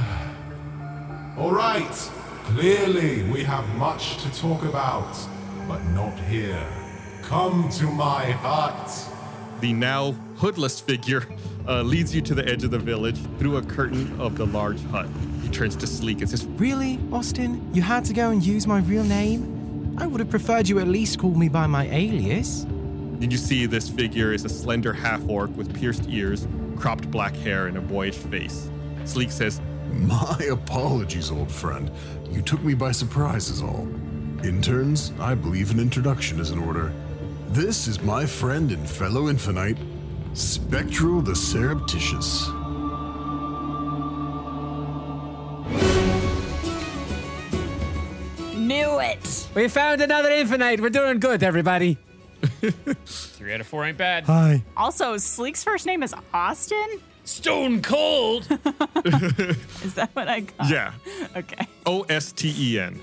[sighs] All right. Clearly, we have much to talk about, but not here. Come to my hut. The now hoodless figure uh, leads you to the edge of the village through a curtain of the large hut. He turns to Sleek and says, Really, Austin? You had to go and use my real name? I would have preferred you at least call me by my alias. And you see this figure is a slender half orc with pierced ears, cropped black hair, and a boyish face. Sleek says, My apologies, old friend. You took me by surprise, is all. Interns, I believe an introduction is in order. This is my friend and fellow infinite, Spectral the Surreptitious. Knew it. [laughs] we found another infinite. We're doing good, everybody. Three out of four ain't bad. Hi. Also, Sleek's first name is Austin. Stone cold. [laughs] Is that what I got? Yeah, Okay. O S T E N.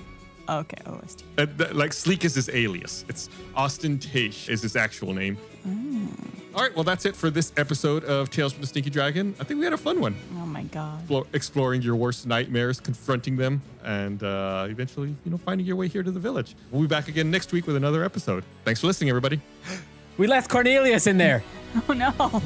Okay. OST. Uh, th- Like Sleek is his alias. It's Austin Tache is his actual name. All right, well, that's it for this episode of Tales from the Stinky Dragon. I think we had a fun one. Oh my god. [laughs] Explo- Exploring your worst nightmares, confronting them, and uh, eventually, you know, finding your way here to the village. We'll be back again next week with another episode. Thanks for listening, everybody. We left Cornelius in there. Oh no.